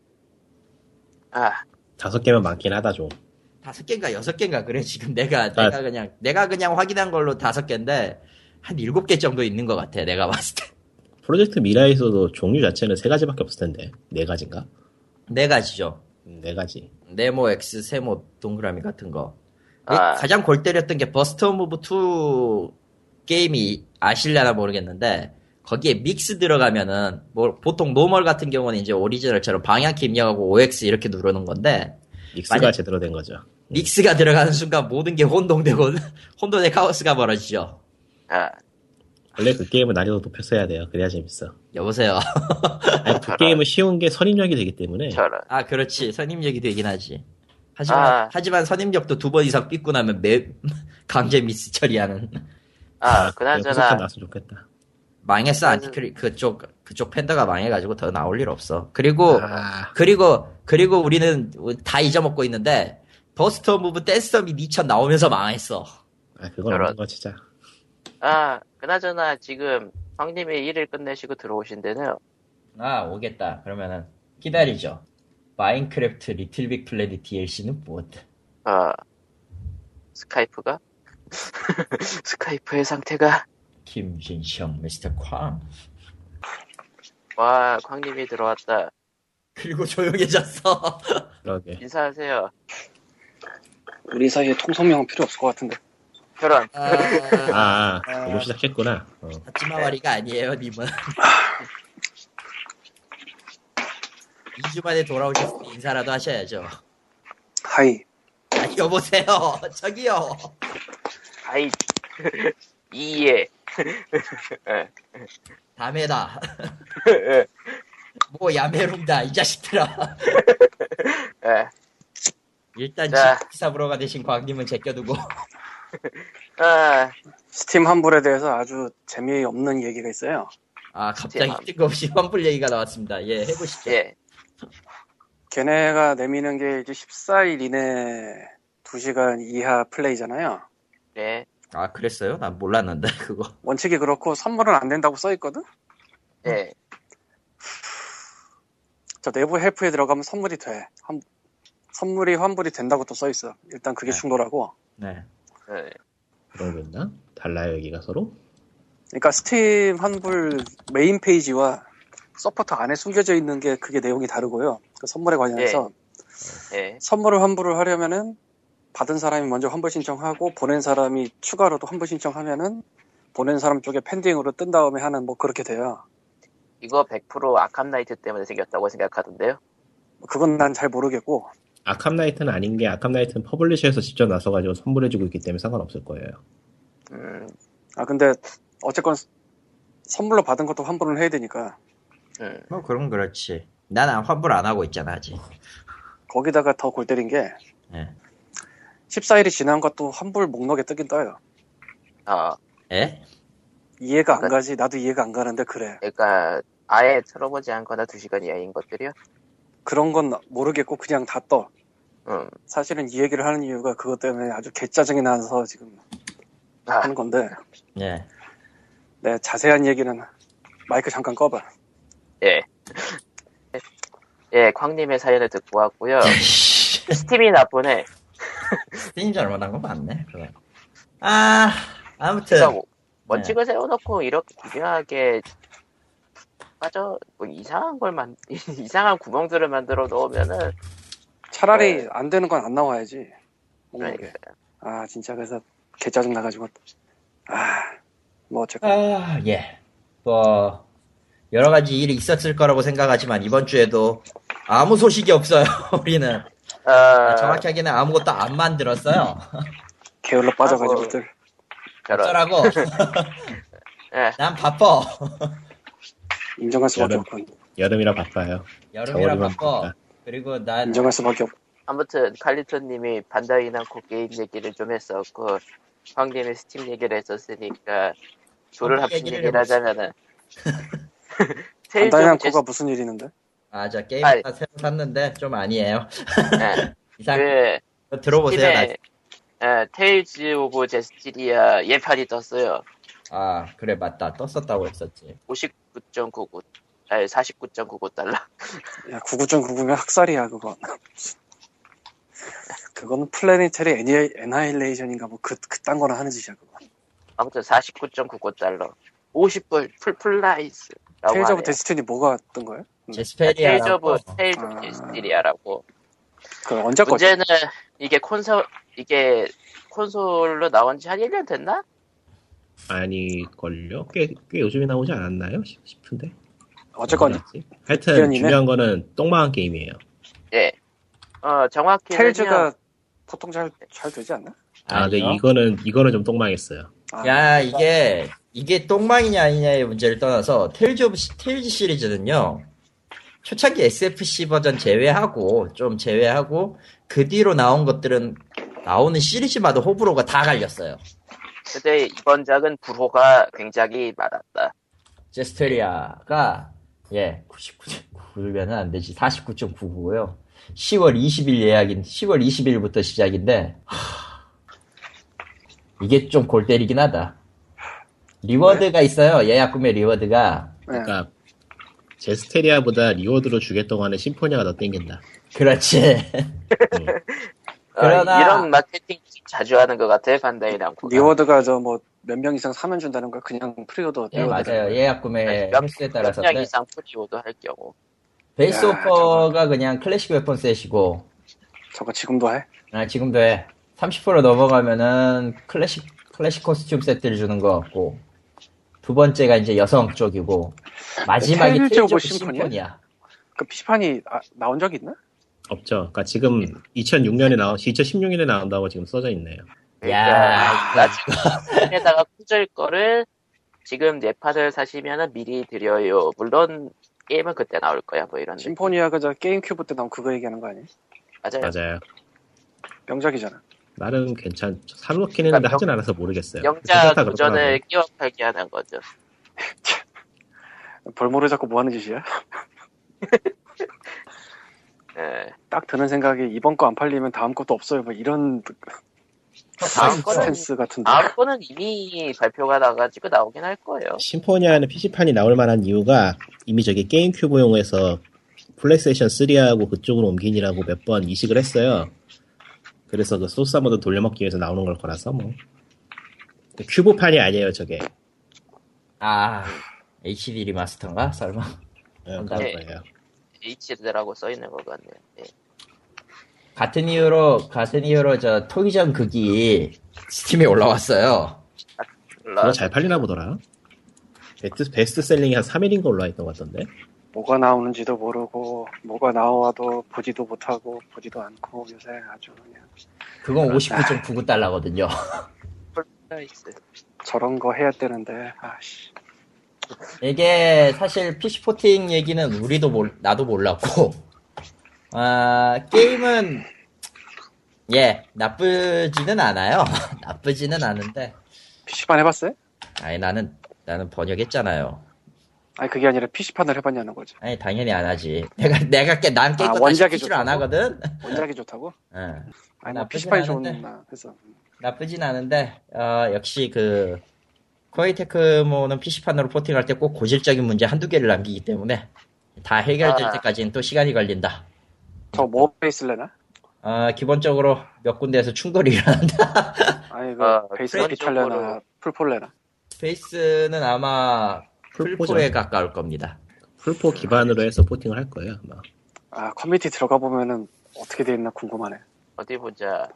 Speaker 2: 아,
Speaker 3: 다섯 개면 많긴 하다 좀.
Speaker 1: 다섯 개인가 여섯 개인가 그래 지금 내가
Speaker 3: 아.
Speaker 1: 내가 그냥 내가 그냥 확인한 걸로 다섯 개인데 한 일곱 개 정도 있는 것 같아 내가 봤을 때.
Speaker 3: 프로젝트 미라에서도 종류 자체는 세 가지밖에 없을 텐데 네 가지인가?
Speaker 1: 네 가지죠.
Speaker 3: 음, 네 가지.
Speaker 1: 네모 X 세모 동그라미 같은 거. 그
Speaker 2: 아.
Speaker 1: 가장 골 때렸던 게 버스터 무브 2 게임이 아실려나 모르겠는데 거기에 믹스 들어가면은 뭐 보통 노멀 같은 경우는 이제 오리지널처럼 방향키 입력하고 OX 이렇게 누르는 건데
Speaker 3: 믹스가
Speaker 1: 만약-
Speaker 3: 제대로 된 거죠. 음,
Speaker 1: 믹스가 들어가는 순간 모든 게 혼동되고 혼돈의 카오스가 벌어지죠.
Speaker 2: 아,
Speaker 3: 원래 그 게임은 난이도 높였어야 돼요. 그래야 재밌어.
Speaker 1: 여보세요.
Speaker 3: 아니, 그
Speaker 2: 저런.
Speaker 3: 게임은 쉬운 게 선입력이 되기 때문에
Speaker 2: 저런.
Speaker 1: 아 그렇지 선임력이 되긴 하지. 하지만
Speaker 2: 아.
Speaker 1: 하지만 선임력도 두 번 이상 삐고 나면 매 강제 미스 처리하는
Speaker 2: 아,
Speaker 3: 후속편
Speaker 2: 그나저나,
Speaker 3: 나왔으면 좋겠다.
Speaker 1: 망했어 안티크리 그쪽 그쪽 팬더가 망해가지고 더 나올 일 없어. 그리고
Speaker 3: 아,
Speaker 1: 그리고 그리고 우리는 다 잊어먹고 있는데 버스터 무브 댄스덤이 2천 나오면서 망했어.
Speaker 3: 아, 그건
Speaker 2: 저런.
Speaker 3: 없는 거 진짜.
Speaker 2: 아, 그나저나 지금 형님이 일을 끝내시고 들어오신대네요.
Speaker 1: 아 오겠다. 그러면은 기다리죠. 마인크래프트 리틀 빅 플래닛 DLC는 무엇?
Speaker 2: 아, 스카이프가? 스카이프의 상태가?
Speaker 1: 김진성 미스터 쾅.
Speaker 2: 와, 광님이 들어왔다.
Speaker 1: 그리고 조용해졌어.
Speaker 3: 그러게.
Speaker 2: 인사하세요.
Speaker 4: 우리 사이에 통성명은 필요 없을 것 같은데.
Speaker 2: 저런.
Speaker 3: 아,
Speaker 1: 아,
Speaker 3: 아, 이거 시작했구나. 어.
Speaker 1: 하지마와리가 아니에요, 님은. 2주 만에 돌아오셨으니 인사라도 하셔야죠.
Speaker 4: 하이.
Speaker 1: 아, 여보세요. 저기요.
Speaker 2: 아이, 이해.
Speaker 1: 다메다. 뭐 야메롱다 이 자식들아.
Speaker 2: 예.
Speaker 1: 일단
Speaker 2: 자.
Speaker 1: 지사브로가 되신 광님은 제껴두고
Speaker 2: 아,
Speaker 4: 스팀 환불에 대해서 아주 재미없는 얘기가 있어요.
Speaker 1: 아 갑자기
Speaker 2: 제발.
Speaker 1: 뜬금없이 환불 얘기가 나왔습니다. 예 해보시죠.
Speaker 2: 예.
Speaker 4: 걔네가 내미는 게 이제 14일 이내 2시간 이하 플레이잖아요.
Speaker 2: 네.
Speaker 1: 아 그랬어요? 난 몰랐는데 그거.
Speaker 4: 원칙이 그렇고 선물은 안 된다고 써있거든?
Speaker 2: 예.
Speaker 4: 저 내부 헬프에 들어가면 선물이 돼. 환- 선물이 환불이 된다고 또 써있어. 일단 그게
Speaker 1: 네.
Speaker 4: 충돌하고.
Speaker 1: 네.
Speaker 2: 예.
Speaker 3: 그런 거 있나? 달라요, 여기가 서로?
Speaker 4: 그러니까 스팀 환불 메인 페이지와 서포터 안에 숨겨져 있는 게 그게 내용이 다르고요. 그 선물에 관련해서
Speaker 2: 예.
Speaker 4: 선물을 환불을 하려면은 받은 사람이 먼저 환불 신청하고 보낸 사람이 추가로 또 환불 신청하면은 보낸 사람 쪽에 pending으로 뜬 다음에 하는 뭐 그렇게 돼요.
Speaker 2: 이거 100% 아캄나이트 때문에 생겼다고 생각하던데요.
Speaker 4: 뭐 그건 난 잘 모르겠고
Speaker 3: 아캄나이트는 아닌 게 아캄나이트는 퍼블리셔에서 직접 나서가지고 선물해주고 있기 때문에 상관없을 거예요.
Speaker 2: 음,
Speaker 4: 아 근데 어쨌건 스- 선물로 받은 것도 환불을 해야 되니까
Speaker 2: 음.
Speaker 1: 뭐 그럼 그렇지. 난 안- 환불 안 하고 있잖아 아직.
Speaker 4: 거기다가 더 골 때린 게
Speaker 1: 예.
Speaker 4: 14일이 지난 것도 환불 목록에 뜨긴 떠요.
Speaker 2: 어,
Speaker 1: 예?
Speaker 4: 이해가 안
Speaker 2: 그러니까-
Speaker 4: 가지 나도 이해가 안 가는데 그래
Speaker 2: 그러니까 아예 틀어보지 않거나 2시간 이하인 것들이요.
Speaker 4: 그런 건 모르겠고 그냥 다 떠.
Speaker 2: 음.
Speaker 4: 사실은 이 얘기를 하는 이유가 그것 때문에 아주 개짜증이 나서 지금
Speaker 2: 아,
Speaker 4: 하는 건데
Speaker 1: 예.
Speaker 4: 네, 자세한 얘기는 마이크 잠깐 꺼봐.
Speaker 2: 예. 예, 광님의 사연을 듣고 왔고요. 스팀이 나쁘네.
Speaker 1: 스팀 잘못한 거 맞네. 그거. 아 아무튼
Speaker 2: 그러니까 뭐
Speaker 1: 네.
Speaker 2: 원칙을 세워놓고 이렇게 기묘하게 빠져 뭐 이상한 걸 만, 이상한 구멍들을 만들어 놓으면은
Speaker 4: 차라리
Speaker 2: 네.
Speaker 4: 안 되는 건 안 나와야지. 뭔가 이게.
Speaker 2: 그러니까
Speaker 4: 아 진짜 그래서 개짜증 나가지고 아뭐 어쨌건
Speaker 1: 아, 예. 뭐, 여러 가지 일이 있었을 거라고 생각하지만 이번 주에도 아무 소식이 없어요, 우리는.
Speaker 2: 어,
Speaker 1: 아, 정확하게는 아무것도 안 만들었어요.
Speaker 4: 게을러 빠져가지고
Speaker 2: 아, 뭐.
Speaker 4: 들
Speaker 2: 저런
Speaker 1: 어쩌라고.
Speaker 2: 예,
Speaker 1: 난 바빠.
Speaker 4: 인정할 수밖에
Speaker 3: 여름.
Speaker 4: 없군.
Speaker 3: 여름이라 바빠요.
Speaker 1: 여름이라
Speaker 3: 겨울이면
Speaker 1: 바빠.
Speaker 3: 바빠.
Speaker 1: 그리고 난,
Speaker 4: 인정할 수밖에 없.
Speaker 2: 아무튼 칼리토님이 반다이 남코 게임 얘기를 좀 했었고 황님이 스팀 얘기를 했었으니까 둘을
Speaker 1: 한국
Speaker 2: 합친
Speaker 1: 얘기를
Speaker 2: 얘기를 하자면은 테일즈
Speaker 4: 간단한
Speaker 2: 오브
Speaker 4: 코가 무슨 일이 있는데?
Speaker 1: 아, 저 게임
Speaker 2: 아이.
Speaker 1: 하나 새로 샀는데 좀 아니에요.
Speaker 2: 제스틴,
Speaker 1: 이상,
Speaker 2: 예,
Speaker 1: 그, 들어보세요.
Speaker 2: 팀에,
Speaker 1: 나-
Speaker 2: 예, 테일즈 오브 제스티리아 예판이 떴어요.
Speaker 1: 아, 그래, 맞다. 떴었다고 했었지.
Speaker 2: 59.99, 아니 49.99달러.
Speaker 4: 야 99.99면 학살이야 그건. 그건 플래니터리 애니, 애나일레이션인가 뭐 그, 그딴 거나 하는 짓이야 그거
Speaker 2: 아무튼 49.99달러 50불 풀 플라이스라고
Speaker 4: 테일즈
Speaker 2: 하네요
Speaker 4: 오브 데스티니 뭐가 뜬 거예요?
Speaker 1: 제스페리아.
Speaker 2: 음. 테일즈 오브 테일즈
Speaker 4: 아.
Speaker 2: 오브 데스티리아라고
Speaker 4: 그 언제 거지?
Speaker 2: 문제는 이게 콘솔 이게 콘솔로 나온 지 한 1년 됐나?
Speaker 3: 아니걸요? 꽤, 꽤 요즘에 나오지 않았나요? 싶- 싶은데.
Speaker 4: 어쨌건
Speaker 3: 뭐지? 하여튼
Speaker 4: 아, 기현이네.
Speaker 3: 중요한 거는 똥망한 게임이에요.
Speaker 2: 예. 어 정확히
Speaker 4: 테일즈가 보통 잘, 잘 되지 않나?
Speaker 3: 아, 근데
Speaker 1: 아니요.
Speaker 3: 이거는, 이거는 좀 똥망했어요.
Speaker 4: 아,
Speaker 1: 야 이게 이게 똥망이냐 아니냐의 문제를 떠나서 테일즈 오브 시- 테일즈 시리즈는요 초창기 SFC 버전 제외하고 좀 제외하고 그 뒤로 나온 것들은 나오는 시리즈마다 호불호가 다 갈렸어요.
Speaker 2: 근데 이번 작은 불호가 굉장히 많았다. 어,
Speaker 1: 제스테리아가 예 99.9면은 안 되지 49.99고요. 10월 20일 예약인 10월 20일부터 시작인데 하, 이게 좀 골 때리긴 하다. 리워드가 있어요. 예약 구매 리워드가
Speaker 4: 예.
Speaker 3: 그러니까 제스테리아보다 리워드로 주겠다고 하는 심포니아가 더 땡긴다.
Speaker 1: 그렇지.
Speaker 2: 어,
Speaker 1: 그러나-
Speaker 2: 이런 마케팅 자주 하는 것 같아 반다이 남코.
Speaker 4: 그 리워드가 저 뭐 몇 명 이상 사면 준다는 거 그냥 프리오더
Speaker 1: 예 맞아요. 예약
Speaker 2: 네,
Speaker 1: 구매 횟수에 네, 따라서
Speaker 2: 명 이상 프리오도 할 경우.
Speaker 1: 베이스
Speaker 4: 야,
Speaker 1: 오퍼가 그냥 클래식 웨폰 셋이고
Speaker 4: 저거 지금도 해?
Speaker 1: 아, 지금도 해. 30% 넘어가면은 클래식, 클래식 코스튬 세트를 주는 것 같고, 두 번째가 이제 여성 쪽이고, 마지막이
Speaker 4: 테일즈
Speaker 1: 테일즈
Speaker 4: 오브
Speaker 1: 오브
Speaker 4: 심포니아?
Speaker 1: 심포니아.
Speaker 4: 그 PC판이 아, 나온 적 있나?
Speaker 3: 없죠. 그러니까 지금 2006년에 나온, 2016년에 나온다고 지금 써져 있네요.
Speaker 1: 야,
Speaker 2: 그러니까 나 지금 에다가 꽂을 거를 지금 네팟을 사시면은 미리 드려요. 물론 게임은 그때 나올 거야 뭐 이런. 느낌.
Speaker 4: 심포니아가 저 게임큐브 때 나온 그거 얘기하는 거 아니에요?
Speaker 2: 맞아요.
Speaker 3: 맞아요.
Speaker 4: 명작이잖아
Speaker 3: 나름 괜찮, 사놓긴 했는데
Speaker 2: 그러니까
Speaker 3: 하진 않아서 모르겠어요.
Speaker 2: 영자
Speaker 3: 생각보다
Speaker 2: 도전을
Speaker 3: 그렇더라고요.
Speaker 2: 끼워 팔게 하는 거죠.
Speaker 4: 벌모를 잡고 뭐 하는 짓이야?
Speaker 2: 예.
Speaker 4: 딱 드는 생각이 이번 거 안 팔리면 다음 것도 없어요 뭐 이런
Speaker 2: 다음 거는 아.
Speaker 4: 스탠스 같은데
Speaker 2: 다음 거는 이미 발표가 나가지고 나오긴 할 거예요.
Speaker 3: 심포니아는 PC판이 나올 만한 이유가 이미 저기 게임큐브용에서 플레이스테이션 3하고 그쪽으로 옮기니라고 몇 번 이식을 했어요. 그래서 그 소스 한번 더 돌려먹기 위해서 나오는 걸 거라서 뭐. 근데 큐브판이 아니에요, 저게. 예,
Speaker 1: 아, HD 리마스터인가? 설마?
Speaker 3: 예, 그런
Speaker 2: 네.
Speaker 3: 거예요.
Speaker 2: HD라고 써 있는 것 같네요. 예.
Speaker 1: 같은 이유로, 같은 이유로 저 토기전 극이 스팀에 올라왔어요.
Speaker 3: 그거 잘 팔리나 보더라. 베스트, 베스트셀링이 한 3일인 거 올라있던 것 같던데.
Speaker 4: 뭐가 나오는지도 모르고 뭐가 나와도 보지도 못하고 보지도 않고 요새 아주 그냥
Speaker 1: 그건 59.99달러거든요.
Speaker 2: 플라이스.
Speaker 4: 저런 거 해야 되는데 아씨
Speaker 1: 이게 사실 PC 포팅 얘기는 우리도 몰, 나도 몰랐고 아 게임은 예 나쁘지는 않아요 나쁘지는 않은데
Speaker 4: PC판 해봤어요?
Speaker 1: 아니 나는 나는 번역했잖아요
Speaker 4: 아니 그게 아니라 PC판을 해봤냐는 거지
Speaker 1: 아니 당연히 안 하지 내가 내가 깨, 난
Speaker 4: 아,
Speaker 1: 깬거 다시
Speaker 4: 원작이
Speaker 1: PC를 안
Speaker 4: 좋다고?
Speaker 1: 하거든
Speaker 4: 원작이 좋다고?
Speaker 1: 응.
Speaker 4: 아니 뭐
Speaker 1: 나쁘진
Speaker 4: PC판이
Speaker 1: 않은데.
Speaker 4: 좋나 해서
Speaker 1: 나쁘진 않은데 어, 역시 그 코이테크모는 PC판으로 포팅할 때 꼭 고질적인 문제 한두 개를 남기기 때문에 다 해결될
Speaker 2: 아.
Speaker 1: 때까지는 또 시간이 걸린다
Speaker 4: 저뭐 모험에 있을래나?
Speaker 1: 아, 기본적으로 몇 군데에서 충돌이 일어난다.
Speaker 4: 아니 그
Speaker 2: 아,
Speaker 4: 베이스에
Speaker 2: 그런
Speaker 4: 비탈래나
Speaker 2: 정보로.
Speaker 4: 풀폴래나
Speaker 1: 페이스는 아마
Speaker 3: 풀포죠.
Speaker 1: 풀포에 가까울 겁니다.
Speaker 3: 풀포 기반으로 해서 포팅을 할 거예요, 아마.
Speaker 4: 아 커뮤니티 들어가 보면은 어떻게 돼 있나 궁금하네
Speaker 2: 어디 보자.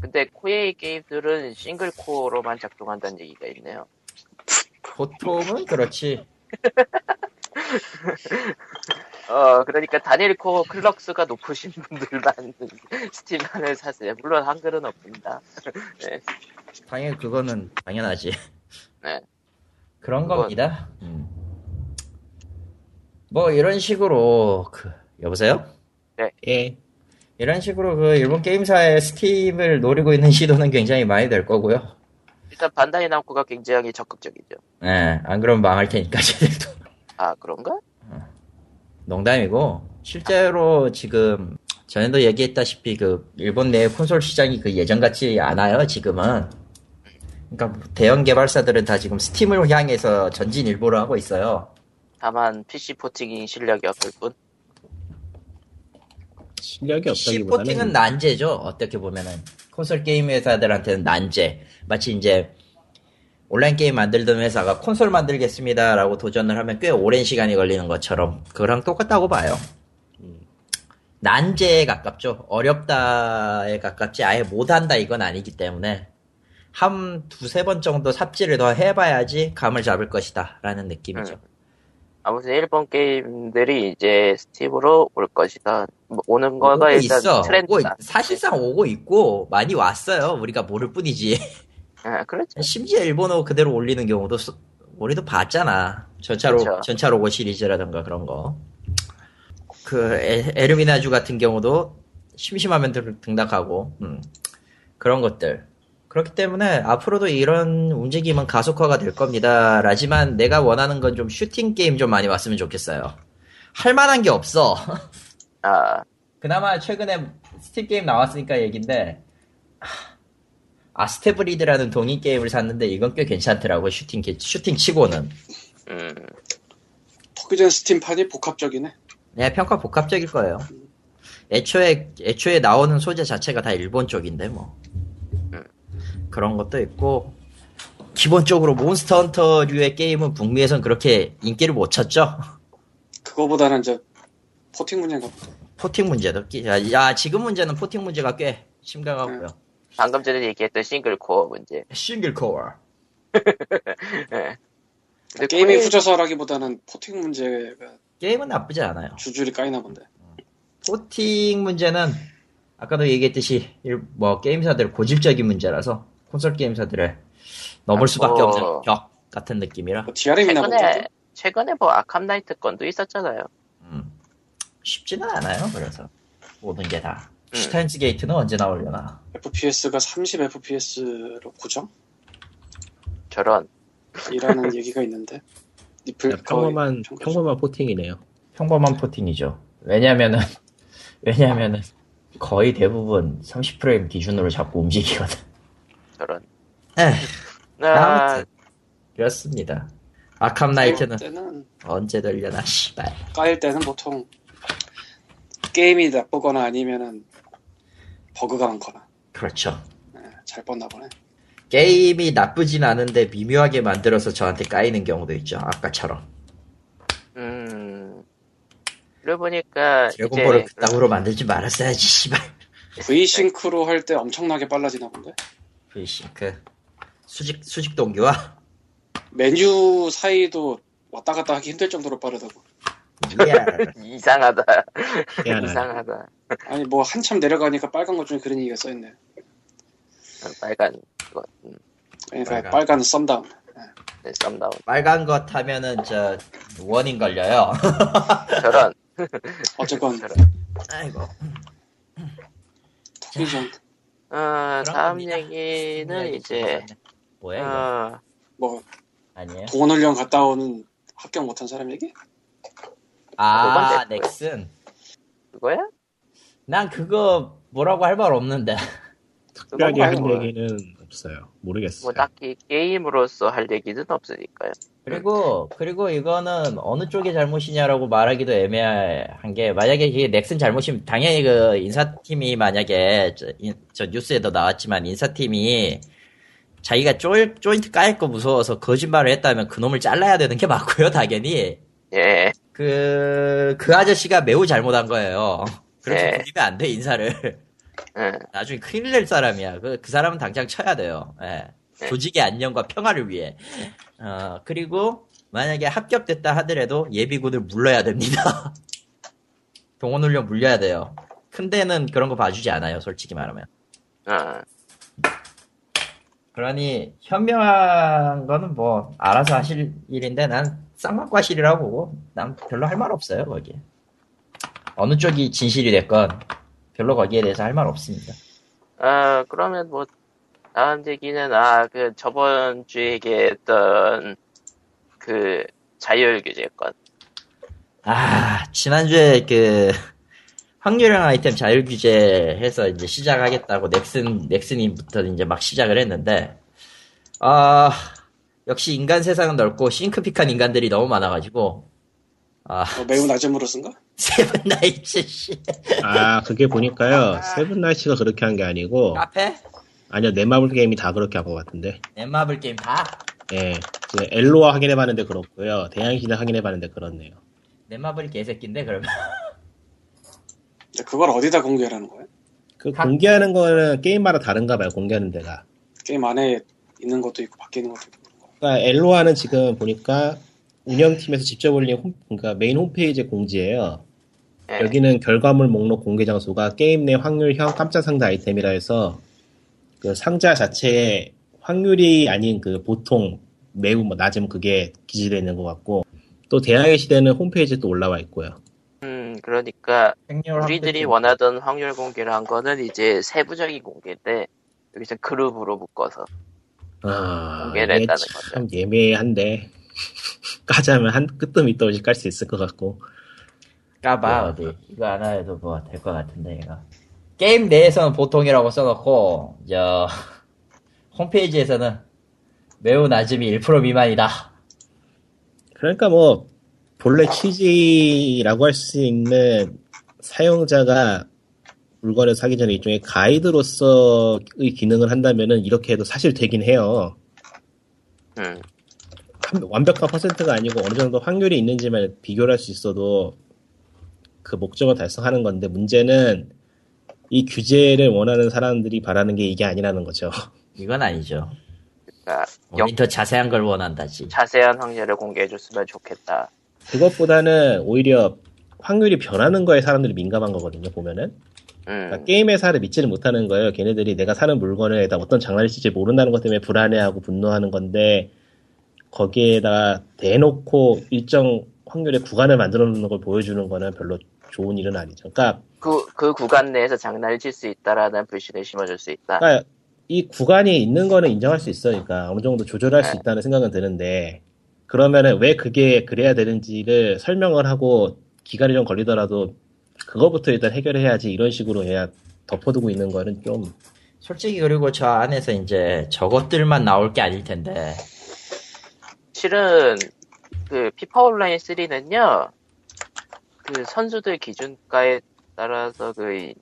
Speaker 2: 근데 코에이 게임들은 싱글 코어로만 작동한다는 얘기가 있네요.
Speaker 1: 보통은 그렇지.
Speaker 2: 어, 그러니까 단일 코어 클럭스가 높으신 분들만 스팀만을 사세요. 물론 한글은 없습니다.
Speaker 1: 당연히 그거는 당연하지.
Speaker 2: 네.
Speaker 1: 그런
Speaker 2: 그건-
Speaker 1: 겁니다. 음. 뭐 이런 식으로 그 여보세요?
Speaker 3: 예.
Speaker 1: 이런 식으로 그 일본 게임사의 스팀을 노리고 있는 시도는 굉장히 많이 될 거고요.
Speaker 2: 일단 반다이 남코가 굉장히 적극적이죠.
Speaker 1: 네, 안 그러면 망할 테니까 쟤들도.
Speaker 2: 아, 그런가?
Speaker 1: 농담이고 실제로 지금 전에도 얘기했다시피 그 일본 내 콘솔 시장이 그 예전 같지 않아요 지금은 그러니까 뭐 대형 개발사들은 다 지금 스팀을 향해서 전진 일보를 하고 있어요
Speaker 2: 다만 PC 포팅이 실력이 없을 뿐.
Speaker 3: 실력이
Speaker 1: 시포팅은
Speaker 3: 없다기보다는
Speaker 1: 난제죠. 어떻게 보면은 콘솔 게임 회사들한테는 난제. 마치 이제 온라인 게임 만들던 회사가 콘솔 만들겠습니다라고 도전을 하면 꽤 오랜 시간이 걸리는 것처럼 그거랑 똑같다고 봐요. 난제에 가깝죠. 어렵다에 가깝지 아예 못한다 이건 아니기 때문에 한 두세 번 정도 삽질을 더 해봐야지 감을 잡을 것이다 라는 느낌이죠.
Speaker 2: 음, 아무튼 일본 게임들이 이제 스팀으로 올 것이다. 뭐 오는 거가
Speaker 1: 오고
Speaker 2: 일단
Speaker 1: 있어. 오고 있-
Speaker 2: 트렌드다.
Speaker 1: 사실상 오고 있고 많이 왔어요. 우리가 모를 뿐이지.
Speaker 2: 예, 그렇죠.
Speaker 1: 심지어 일본어 그대로 올리는 경우도 수- 우리도 봤잖아. 전차로
Speaker 2: 그쵸.
Speaker 1: 전차로고 시리즈라든가 그런 거. 그 에- 에르미나주 같은 경우도 심심하면 등- 등락하고 음. 그런 것들. 그렇기 때문에 앞으로도 이런 움직임은 가속화가 될 겁니다. 라지만 내가 원하는 건 좀 슈팅 게임 좀 많이 왔으면 좋겠어요. 할 만한 게 없어.
Speaker 2: 아,
Speaker 1: 그나마 최근에 스팀 게임 나왔으니까 얘긴데 하, 아스테브리드라는 독립 게임을 샀는데 이건 꽤 괜찮더라고 슈팅 게- 슈팅 치고는
Speaker 2: 음,
Speaker 4: 토끼젠 스팀판이 복합적이네.
Speaker 1: 네 평가 복합적일 거예요. 애초에 애초에 나오는 소재 자체가 다 일본 쪽인데 뭐 그런 것도 있고 기본적으로 몬스터 헌터류의 게임은 북미에선 그렇게 인기를 못 쳤죠.
Speaker 4: 그거보다는 이제 포팅 문제인가 보다.
Speaker 1: 포팅 문제도 끼- 야, 야 지금 문제는 포팅 문제가 꽤 심각하고요.
Speaker 2: 방금 전에 얘기했던 싱글 코어 문제.
Speaker 1: 네. 싱글 코어
Speaker 2: 근데
Speaker 4: 게임이
Speaker 2: 코에-
Speaker 4: 후져서라기보다는 포팅 문제가
Speaker 1: 게임은 나쁘지 않아요.
Speaker 4: 줄줄이 까이나 본데.
Speaker 1: 포팅 문제는 아까도 얘기했듯이 일- 뭐 게임사들 고질적인 문제라서 콘솔 게임사들을 넘을
Speaker 2: 아,
Speaker 1: 수밖에
Speaker 2: 뭐.
Speaker 1: 없는 벽 같은 느낌이라
Speaker 4: 뭐 DRM이나
Speaker 2: 네, 최근에
Speaker 4: 보죠.
Speaker 2: 최근에 뭐 아캄 나이트 건도 있었잖아요.
Speaker 1: 쉽지는 않아요. 그래서 모든 게 다. 슈타인즈 게이트는 언제 나오려나.
Speaker 4: FPS가 30 FPS로 고정이라는
Speaker 2: 저런
Speaker 4: 얘기가 있는데.
Speaker 3: 그냥
Speaker 4: 리플
Speaker 3: 평범한
Speaker 4: 거의 평가죠.
Speaker 3: 평범한 포팅이네요.
Speaker 1: 평범한 포팅이죠. 왜냐면은 왜냐면은 거의 대부분 30프레임 기준으로 자꾸 움직이거든.
Speaker 2: 저런.
Speaker 1: 에휴,
Speaker 2: 아,
Speaker 1: 아무튼. 그렇습니다. 아캄 나이트는
Speaker 4: 때는
Speaker 1: 언제 들려나 씨발.
Speaker 4: 까일 때는 보통 게임이 나쁘거나 아니면은 버그가 많거나
Speaker 1: 그렇죠.
Speaker 4: 잘 뻗나 보네.
Speaker 1: 게임이 나쁘진 않은데 미묘하게 만들어서 저한테 까이는 경우도 있죠. 아까처럼.
Speaker 2: 음. 그러고 보니까
Speaker 1: 드래곤볼을
Speaker 2: 이제 음,
Speaker 1: 그따구로 만들지 말았어야지, 씨발.
Speaker 4: V싱크로 할 때 엄청나게 빨라지나 본데.
Speaker 1: 브이싱크. 수직, 수직 동기화?
Speaker 4: 메뉴 사이도 왔다 갔다 하기 힘들 정도로 빠르다고.
Speaker 1: 이야.
Speaker 2: 이상하다.
Speaker 3: 예, 희한하네.
Speaker 2: 이상하다.
Speaker 4: 아니 뭐 한참 내려가니까 빨간 것 중에 그런 얘기가 써있네.
Speaker 2: 빨간 거 음,
Speaker 4: 그러니까
Speaker 1: 빨간.
Speaker 4: 빨간, 썸다운.
Speaker 2: 네, 썸다운.
Speaker 1: 빨간 것 하면은 저, 원인 걸려요.
Speaker 2: 저런.
Speaker 4: 어쨌건
Speaker 2: 저런.
Speaker 1: 아이고.
Speaker 4: 토끼전
Speaker 2: 어,
Speaker 1: 그런
Speaker 2: 다음
Speaker 1: 겁니다.
Speaker 2: 얘기는
Speaker 1: 이야기
Speaker 2: 이제
Speaker 1: 끝났네. 뭐야, 이거?
Speaker 2: 어,
Speaker 4: 뭐
Speaker 1: 아니에요?
Speaker 4: 동원훈련 갔다 오는 합격 못한 사람 얘기?
Speaker 1: 아,
Speaker 2: 그건 됐고요.
Speaker 1: 넥슨.
Speaker 2: 그거야?
Speaker 1: 난 그거 뭐라고 할 말 없는데.
Speaker 3: 특별하게
Speaker 4: 그건
Speaker 3: 한
Speaker 4: 뭐야.
Speaker 3: 얘기는 없어요. 모르겠어요.
Speaker 2: 뭐 딱히 게임으로서 할 얘기는 없으니까요.
Speaker 1: 그리고 그리고 이거는 어느 쪽의 잘못이냐라고 말하기도 애매한 게 만약에 이게 넥슨 잘못이면 당연히 그 인사팀이 만약에 저, 인- 저 뉴스에도 나왔지만 인사팀이 자기가 쪼일, 조인트 까일 거 무서워서 거짓말을 했다면 그놈을 잘라야 되는 게 맞고요 당연히
Speaker 2: 예.
Speaker 1: 그, 그 아저씨가 매우 잘못한 거예요 그렇게
Speaker 2: 네.
Speaker 1: 돌리면 안 돼 인사를
Speaker 2: 예.
Speaker 1: 나중에 큰일 낼 사람이야. 그, 그 사람은 당장 쳐야 돼요. 예. 조직의 안녕과 평화를 위해. 어, 그리고 만약에 합격됐다 하더라도 예비군을 물러야 됩니다. 동원훈련 물려야 돼요. 큰 데는 그런 거 봐주지 않아요, 솔직히 말하면.
Speaker 2: 어.
Speaker 1: 그러니 현명한 거는 뭐 알아서 하실 일인데 난 쌍방과실이라고 보고 난 별로 할 말 없어요, 거기에. 어느 쪽이 진실이 됐건 별로 거기에 대해서 할 말 없습니다.
Speaker 2: 아, 그러면 뭐, 다음 얘기는, 아, 그, 저번 주에 얘기했던, 그, 자율 규제권.
Speaker 1: 아, 지난주에 그, 확률형 아이템 자율 규제 해서 이제 시작하겠다고 넥슨, 넥슨이부터 이제 막 시작을 했는데, 아, 역시 인간 세상은 넓고 싱크픽한 인간들이 너무 많아가지고, 아,
Speaker 4: 뭐 매우 낮음으로 쓴가?
Speaker 1: 세븐 나이츠 씨.
Speaker 3: 아 그게 보니까요 세븐 나이츠가 그렇게 한 게
Speaker 2: 어.
Speaker 3: 아니고
Speaker 1: 카페?
Speaker 3: 아니요 넷마블 게임이 다 그렇게 한 것 같은데
Speaker 1: 넷마블 게임 다?
Speaker 3: 예 그 엘로와 확인해봤는데 그렇고요 대양신을 확인해봤는데 그렇네요
Speaker 1: 넷마블이 개새끼인데, 그러면.
Speaker 4: 근데 그걸 어디다 공개하는 거야?
Speaker 3: 그
Speaker 1: 각-
Speaker 3: 공개하는 거는 게임마다 다른가 봐요 공개하는 데가
Speaker 4: 게임 안에 있는 것도 있고 밖에 있는 것도 있고 그런 거.
Speaker 3: 그러니까 엘로아는 지금 보니까 운영팀에서 직접 올린 홈, 그러니까 메인 홈페이지에 공지예요.
Speaker 2: 예.
Speaker 3: 여기는 결과물 목록 공개 장소가 게임 내 확률형 깜짝 상자 아이템이라 해서 그 상자 자체에 확률이 아닌 그 보통 매우 뭐 낮음 그게 기재되어 있는 것 같고 또 대항해 시대는 홈페이지에 또 올라와 있고요.
Speaker 2: 음, 그러니까
Speaker 1: 생률
Speaker 2: 우리들이
Speaker 1: 확률.
Speaker 2: 원하던 확률 공개를 한 거는 이제 세부적인 공개인데 여기서 그룹으로 묶어서
Speaker 3: 아,
Speaker 2: 공개를
Speaker 3: 이게
Speaker 2: 했다는
Speaker 3: 참 예매한데 까자면 한 끄뜸이 떨어질 깔수 있을 것 같고
Speaker 1: 까봐, 네, 어디. 이거 하나 해도 뭐 될 것 같은데, 이거. 게임 내에서는 보통이라고 써놓고, 저, 홈페이지에서는 매우 낮음이 1% 미만이다.
Speaker 3: 그러니까 뭐 본래 취지라고 할 수 있는 사용자가 물건을 사기 전에 일종의 가이드로서의 기능을 한다면은 이렇게 해도 사실 되긴 해요.
Speaker 2: 음,
Speaker 3: 한- 완벽한 퍼센트가 아니고 어느 정도 확률이 있는지만 비교를 할 수 있어도 그 목적을 달성하는 건데 문제는 이 규제를 원하는 사람들이 바라는 게 이게 아니라는 거죠.
Speaker 1: 이건 아니죠.
Speaker 2: 그러니까 역-
Speaker 1: 우린 더 자세한 걸 원한다지.
Speaker 2: 자세한 확률을 공개해 줬으면 좋겠다.
Speaker 3: 그것보다는 오히려 확률이 변하는 거에 사람들이 민감한 거거든요. 보면은. 그러니까
Speaker 2: 음,
Speaker 3: 게임 회사를 믿지를 못하는 거예요. 걔네들이 내가 사는 물건에다 어떤 장난을 칠지 모른다는 것 때문에 불안해하고 분노하는 건데 거기에다 대놓고 일정 확률의 구간을 만들어 놓는 걸 보여주는 거는 별로 좋은 일은 아니죠. 그러니까,
Speaker 2: 그, 그 구간 내에서 장난을 칠 수 있다라는 불신을 심어줄 수 있다.
Speaker 3: 그러니까 이 구간이 있는 거는 인정할 수 있으니까 어느 정도 조절할 수
Speaker 2: 네.
Speaker 3: 있다는 생각은 드는데 그러면은 왜 그게 그래야 되는지를 설명을 하고 기간이 좀 걸리더라도 그거부터 일단 해결해야지 이런 식으로 해야 덮어두고 있는 거는 좀
Speaker 1: 솔직히 그리고 저 안에서 이제 저것들만 나올 게 아닐 텐데.
Speaker 2: 실은 그 피파 온라인 3는요 그 선수들 기준가에 따라서 그, 이-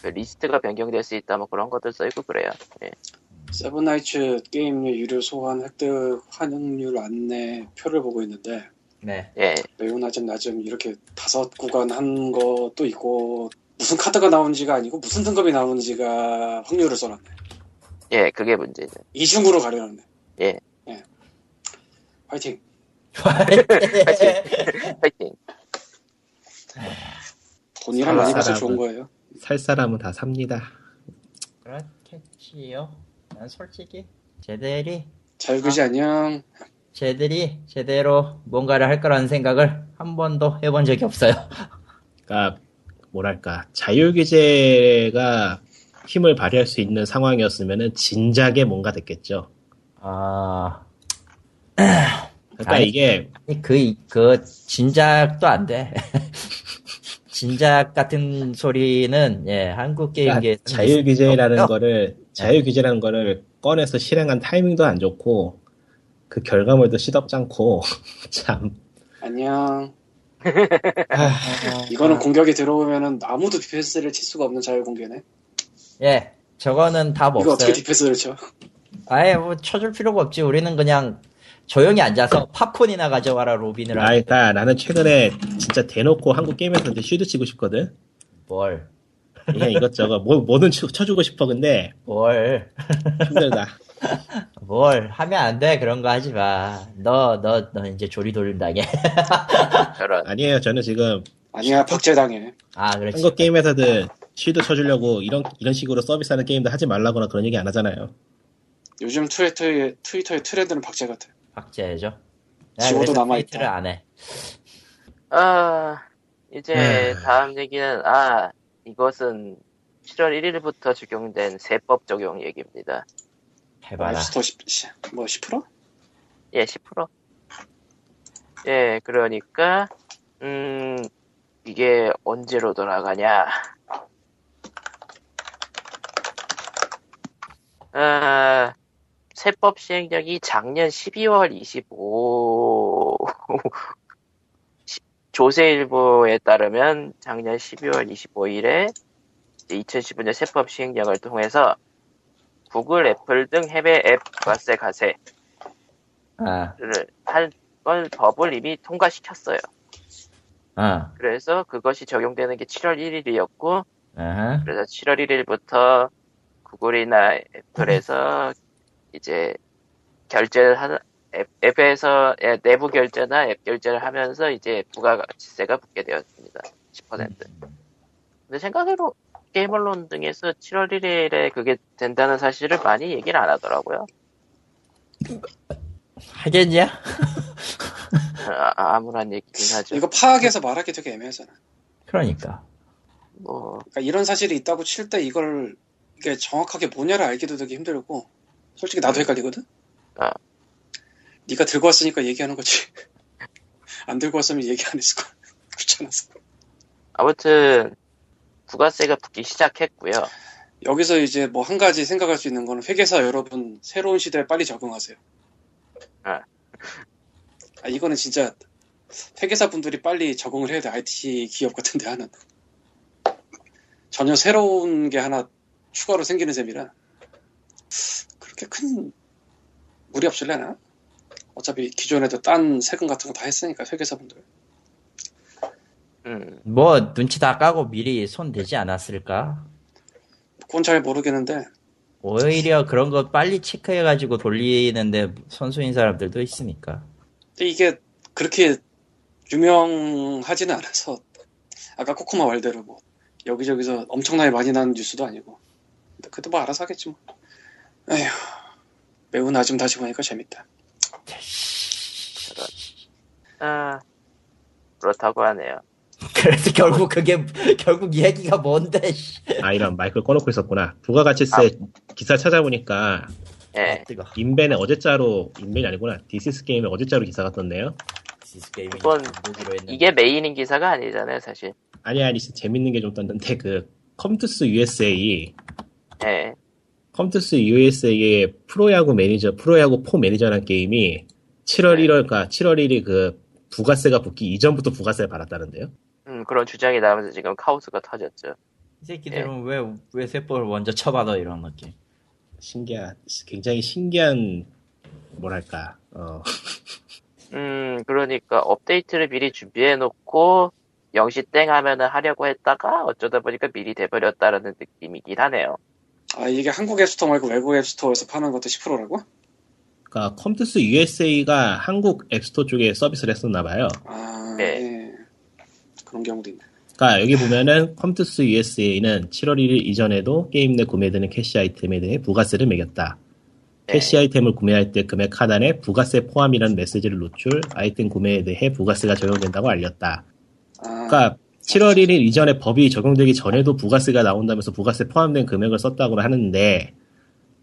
Speaker 2: 그 리스트가 변경될 수 있다 뭐 그런 것들 써 있고 그래요. 예.
Speaker 4: 세븐나이츠 게임류 유료 소환 획득 환영률 안내 표를 보고 있는데
Speaker 1: 네.
Speaker 2: 예.
Speaker 4: 매우 낮음 낮음 이렇게 다섯 구간 한 것도 있고 무슨 카드가 나오는지가 아니고 무슨 등급이 나오는지가 확률을 써놨네.
Speaker 2: 예, 그게 문제죠.
Speaker 4: 이중으로 가려놨네.
Speaker 2: 예.
Speaker 4: 예. 화이팅.
Speaker 2: 파이팅.
Speaker 4: 돈이랑 많이 벌면
Speaker 3: 사람은-
Speaker 4: 좋은 거예요.
Speaker 3: 살 사람은 다 삽니다.
Speaker 1: 그렇겠지요. 난 솔직히 쟤들이
Speaker 4: 자유교지 안녕.
Speaker 1: 쟤들이 제대로 뭔가를 할 거라는 생각을 한 번도 해본 적이 없어요.
Speaker 3: 그러니까 뭐랄까 자율 규제가 힘을 발휘할 수 있는 상황이었으면은 진작에 뭔가 됐겠죠.
Speaker 1: 아,
Speaker 3: 그러니까
Speaker 1: 아니.
Speaker 3: 이게
Speaker 1: 그, 그, 진작도 안 돼. 진작 같은 소리는, 예, 한국 게임계.
Speaker 3: 아, 자율 규제라는
Speaker 1: 없고요.
Speaker 3: 거를 자율 규제라는 거를 꺼내서 실행한 타이밍도 안 좋고 그 결과물도 시덥잖고 참
Speaker 4: 안녕. 이거는 공격이 들어오면은 아무도 디펜스를 칠 수가 없는 자유공개네.
Speaker 1: 예, 저거는 답
Speaker 4: 이거 어떻게
Speaker 1: 뭐 없어요.
Speaker 4: 디펜스를 쳐?
Speaker 1: 아예 뭐 쳐줄 필요가 없지. 우리는 그냥 조용히 앉아서 팝콘이나 가져와라 로빈을
Speaker 3: 아,
Speaker 1: 하
Speaker 3: 그러니까 나는 최근에 진짜 대놓고 한국 게임에서 이제 쉴드 치고 싶거든.
Speaker 1: 뭘,
Speaker 3: 그냥 이것저것 뭐, 뭐든 쳐- 쳐주고 싶어 근데
Speaker 1: 뭘,
Speaker 3: 힘들다.
Speaker 1: 뭘 하면 안 돼. 그런 거 하지 마. 너, 너, 너 이제 조리 돌림 당해.
Speaker 2: 저런.
Speaker 3: 아니에요 저는 지금
Speaker 4: 아니야 박제당해.
Speaker 1: 아, 그렇지.
Speaker 3: 한국 게임 회사들 실드 쳐주려고 이런 이런 식으로 서비스하는 게임도 하지 말라거나 그런 얘기 안 하잖아요.
Speaker 4: 요즘 트위터의 트위터의 트렌드는 박제 같아.
Speaker 1: 박제해줘.
Speaker 4: 지워도 남아있다.
Speaker 1: 트위트를 안 해.
Speaker 2: 아, 이제
Speaker 3: 에휴.
Speaker 2: 다음 얘기는, 아, 이것은 7월 1일부터 적용된 세법 적용 얘기입니다.
Speaker 1: 해봐라.
Speaker 4: 앱스토어 10, 뭐 10%?
Speaker 2: 예, 10%. 예, 그러니까, 음, 이게 언제로 돌아가냐. 아, 세법 시행령이 작년 12월 25, 조세일보에 따르면 작년 12월 25일에 2015년 세법 시행령을 통해서 구글, 애플 등 해외 앱 과세 가세를
Speaker 1: 아,
Speaker 2: 할걸 법을 이미 통과시켰어요.
Speaker 1: 아,
Speaker 2: 그래서 그것이 적용되는 게 7월 1일이었고
Speaker 1: 아하.
Speaker 2: 그래서 7월 1일부터 구글이나 애플에서 이제 결제를 하 앱, 앱에서 예, 내부 결제나 앱 결제를 하면서 이제 부가가치세가 붙게 되었습니다. 10%.
Speaker 4: 음.
Speaker 2: 근데 생각해로 게임언론 등에서 7월 1일에 그게 된다는 사실을 많이 얘기를 안 하더라고요.
Speaker 1: 하겠냐?
Speaker 2: 아, 아, 아무런 얘기긴 하죠.
Speaker 4: 이거 파악해서 말하기 되게 애매하잖아.
Speaker 1: 그러니까.
Speaker 2: 뭐
Speaker 4: 그러니까 이런 사실이 있다고 칠 때 이걸 이게 정확하게 뭐냐를 알기도 되게 힘들고 솔직히 나도 헷갈리거든.
Speaker 2: 아.
Speaker 4: 네가 들고 왔으니까 얘기하는 거지. 안 들고 왔으면 얘기 안 했을 거야. 귀찮아서.
Speaker 2: 아무튼 부가세가 붙기 시작했고요.
Speaker 4: 여기서 이제 뭐 한 가지 생각할 수 있는 거는 회계사 여러분 새로운 시대에 빨리 적응하세요.
Speaker 2: 아.
Speaker 4: 아, 이거는 진짜 회계사 분들이 빨리 적응을 해야 돼. IT 기업 같은 데 하는. 전혀 새로운 게 하나 추가로 생기는 셈이라 그렇게 큰 무리 없을래나? 어차피 기존에도 딴 세금 같은 거 다 했으니까 회계사 분들.
Speaker 2: 음,
Speaker 1: 뭐 눈치 다 까고 미리 손 대지 않았을까?
Speaker 4: 그건 잘 모르겠는데
Speaker 1: 오히려 그런 거 빨리 체크해가지고 돌리는데 선수인 사람들도 있으니까.
Speaker 4: 근데 이게 그렇게 유명하지는 않아서 아까 코코마 말대로 뭐 여기저기서 엄청나게 많이 나는 뉴스도 아니고 근데 그래도 뭐 알아서 하겠지 뭐 에휴 매운 아줌 다시 보니까 재밌다
Speaker 2: 아, 그렇다고 하네요.
Speaker 1: 그래서 결국 그게 결국 얘기가 뭔데? 씨.
Speaker 3: 아 이런 마이크를 꺼놓고 있었구나. 부가가치세 기사 찾아보니까
Speaker 2: 예.
Speaker 1: 아, 뜨거.
Speaker 3: 인벤의 어제자로 인벤이 아니구나. 디시스 게임의 어제자로 기사가 떴네요.
Speaker 1: 디스 게이밍
Speaker 2: 이건-
Speaker 1: 무기로 했는데.
Speaker 2: 이게 메인인 기사가 아니잖아요, 사실.
Speaker 3: 아니 아니 진짜 재밌는 게 좀 떴는데 그 컴투스 USA
Speaker 2: 예.
Speaker 3: 컴투스 USA의 프로야구 매니저, 프로야구 포 매니저라는 게임이 7월
Speaker 2: 네.
Speaker 3: 1월, 까 7월 1일이 그 부가세가 붙기 이전부터 부가세를 받았다는데요?
Speaker 2: 음, 그런 주장이 나오면서 지금 카오스가 터졌죠.
Speaker 1: 이 새끼들은 왜 왜 세법을 먼저 쳐받아 이런 느낌.
Speaker 3: 신기한, 굉장히 신기한, 뭐랄까, 어,
Speaker 2: 음, 그러니까 업데이트를 미리 준비해놓고, 영시 땡 하면은 하려고 했다가 어쩌다 보니까 미리 돼버렸다라는 느낌이긴 하네요.
Speaker 4: 아 이게 한국 앱스토어 말고 외국 앱스토어에서 파는 것도 10%라고?
Speaker 3: 그러니까 컴투스 USA가 한국 앱스토어 쪽에 서비스를 했었나봐요.
Speaker 4: 아
Speaker 2: 네.
Speaker 4: 예. 그런 경우도 있네
Speaker 3: 그러니까 여기 보면은 컴투스 USA는 7월 1일 이전에도 게임 내 구매되는 캐시 아이템에 대해 부가세를 매겼다.
Speaker 2: 예.
Speaker 3: 캐시 아이템을 구매할 때 금액 하단에 부가세 포함이라는 메시지를 노출, 아이템 구매에 대해 부가세가 적용된다고 알렸다.
Speaker 4: 아,
Speaker 3: 그러니까 7월 1일 이전에 법이 적용되기 전에도 부가세가 나온다면서 부가세 포함된 금액을 썼다고 하는데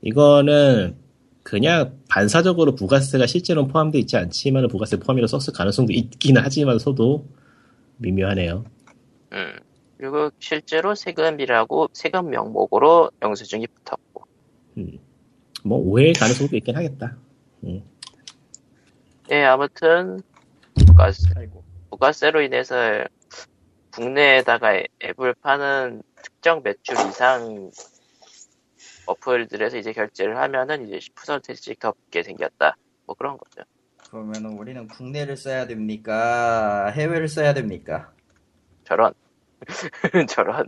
Speaker 3: 이거는 그냥 반사적으로 부가세가 실제로는 포함되어 있지 않지만 부가세 포함이라 썼을 가능성도 있기는 하지만서도 미묘하네요.
Speaker 2: 음. 그리고 실제로 세금이라고, 세금 명목으로 영수증이 붙었고.
Speaker 3: 뭐 오해일 가능성도 있긴 하겠다.
Speaker 2: 예, 아무튼, 부가세,
Speaker 1: 아이고.
Speaker 2: 부가세로 인해서 국내에다가 앱을 파는 특정 매출 이상 어플들에서 이제 결제를 하면은 이제 10%씩 더 붙게 생겼다. 뭐 그런 거죠.
Speaker 1: 그러면 우리는 국내를 써야 됩니까? 해외를 써야 됩니까?
Speaker 2: 저런. 저런.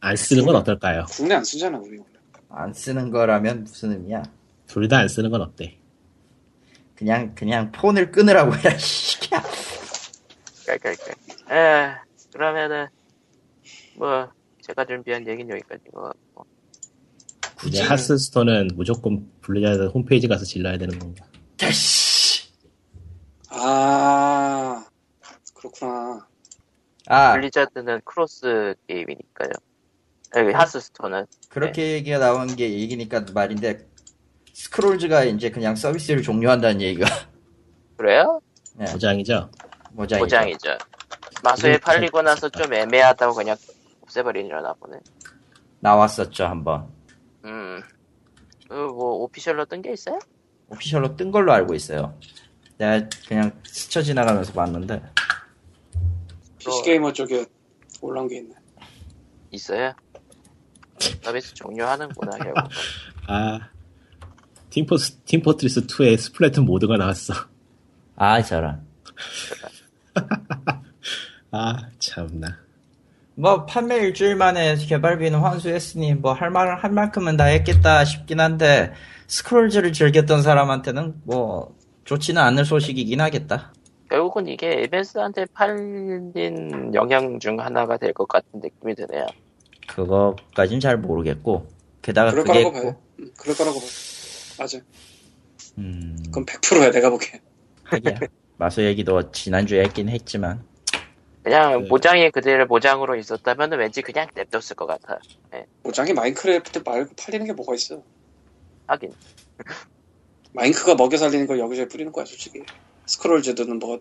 Speaker 3: 안 쓰는 건 어떨까요?
Speaker 4: 국내 안 쓰잖아 우리 원래
Speaker 1: 안 쓰는 거라면 무슨 의미야?
Speaker 3: 둘 다 안 쓰는 건 어때?
Speaker 1: 그냥 그냥 폰을 끊으라고 해라. 씨.
Speaker 2: 깔깔깔. 에, 그러면은, 뭐, 제가 준비한 얘기는 여기까지인 뭐, 것 같고.
Speaker 3: 이제 하스스톤은 무조건 블리자드 홈페이지 가서 질러야 되는 건가?
Speaker 1: 다시.
Speaker 4: 아 그렇구나
Speaker 1: 아
Speaker 2: 블리자드는 크로스 게임이니까요. 여기 하스스톤은.
Speaker 1: 그렇게 얘기가 나온 게 얘기니까 말인데 스크롤즈가 이제 그냥 서비스를 종료한다는 얘기가 네,
Speaker 2: 그래요?
Speaker 3: 부장이죠?
Speaker 1: 모장이죠.
Speaker 2: 보장이죠. 마수에
Speaker 3: 이건
Speaker 2: 팔리고
Speaker 3: 참-
Speaker 2: 나서 좀 애매하다고 그냥 없애버리려나 보네.
Speaker 1: 나왔었죠 한번
Speaker 2: 음. 그 뭐, 오피셜로 뜬 게 있어요?
Speaker 1: 오피셜로 뜬 걸로 알고 있어요. 내가 그냥 스쳐 지나가면서 봤는데
Speaker 4: PC 게이머 쪽에 올라온 게 있네.
Speaker 2: 있어요. 서비스 종료하는구나 결국.
Speaker 3: 아, 팀포, 팀포트리스 2에 스플래툰 모드가 나왔어.
Speaker 1: 아 저런.
Speaker 3: 아, 참나.
Speaker 1: 뭐 판매 일주일 만에 개발비는 환수했으니 뭐 할 말 할 만큼은 다 했겠다 싶긴 한데 스크롤즈를 즐겼던 사람한테는 뭐 좋지는 않을 소식이긴 하겠다.
Speaker 2: 결국은 이게 에벤스한테 팔린 영향 중 하나가 될 것 같은 느낌이 드네요.
Speaker 1: 그거까진 잘 모르겠고
Speaker 3: 아,
Speaker 1: 게다가
Speaker 4: 그럴
Speaker 1: 그게
Speaker 4: 거라고 봐요. 음, 그럴 거라고 봐. 맞아.
Speaker 1: 음,
Speaker 4: 그건 100%야 내가 보기엔.
Speaker 1: 하기야. 마소 얘기도 지난주에 했긴 했지만
Speaker 2: 그냥
Speaker 3: 네.
Speaker 2: 모장이 그대로 모장으로 있었다면 왠지 그냥 냅뒀을 것 같아.
Speaker 4: 모장이 마인크래프트 말고 팔리는 게 뭐가 있어?
Speaker 2: 하긴
Speaker 4: 마인크가 먹여 살리는 걸 여기저기 뿌리는 거야 솔직히. 스크롤 제도는 뭐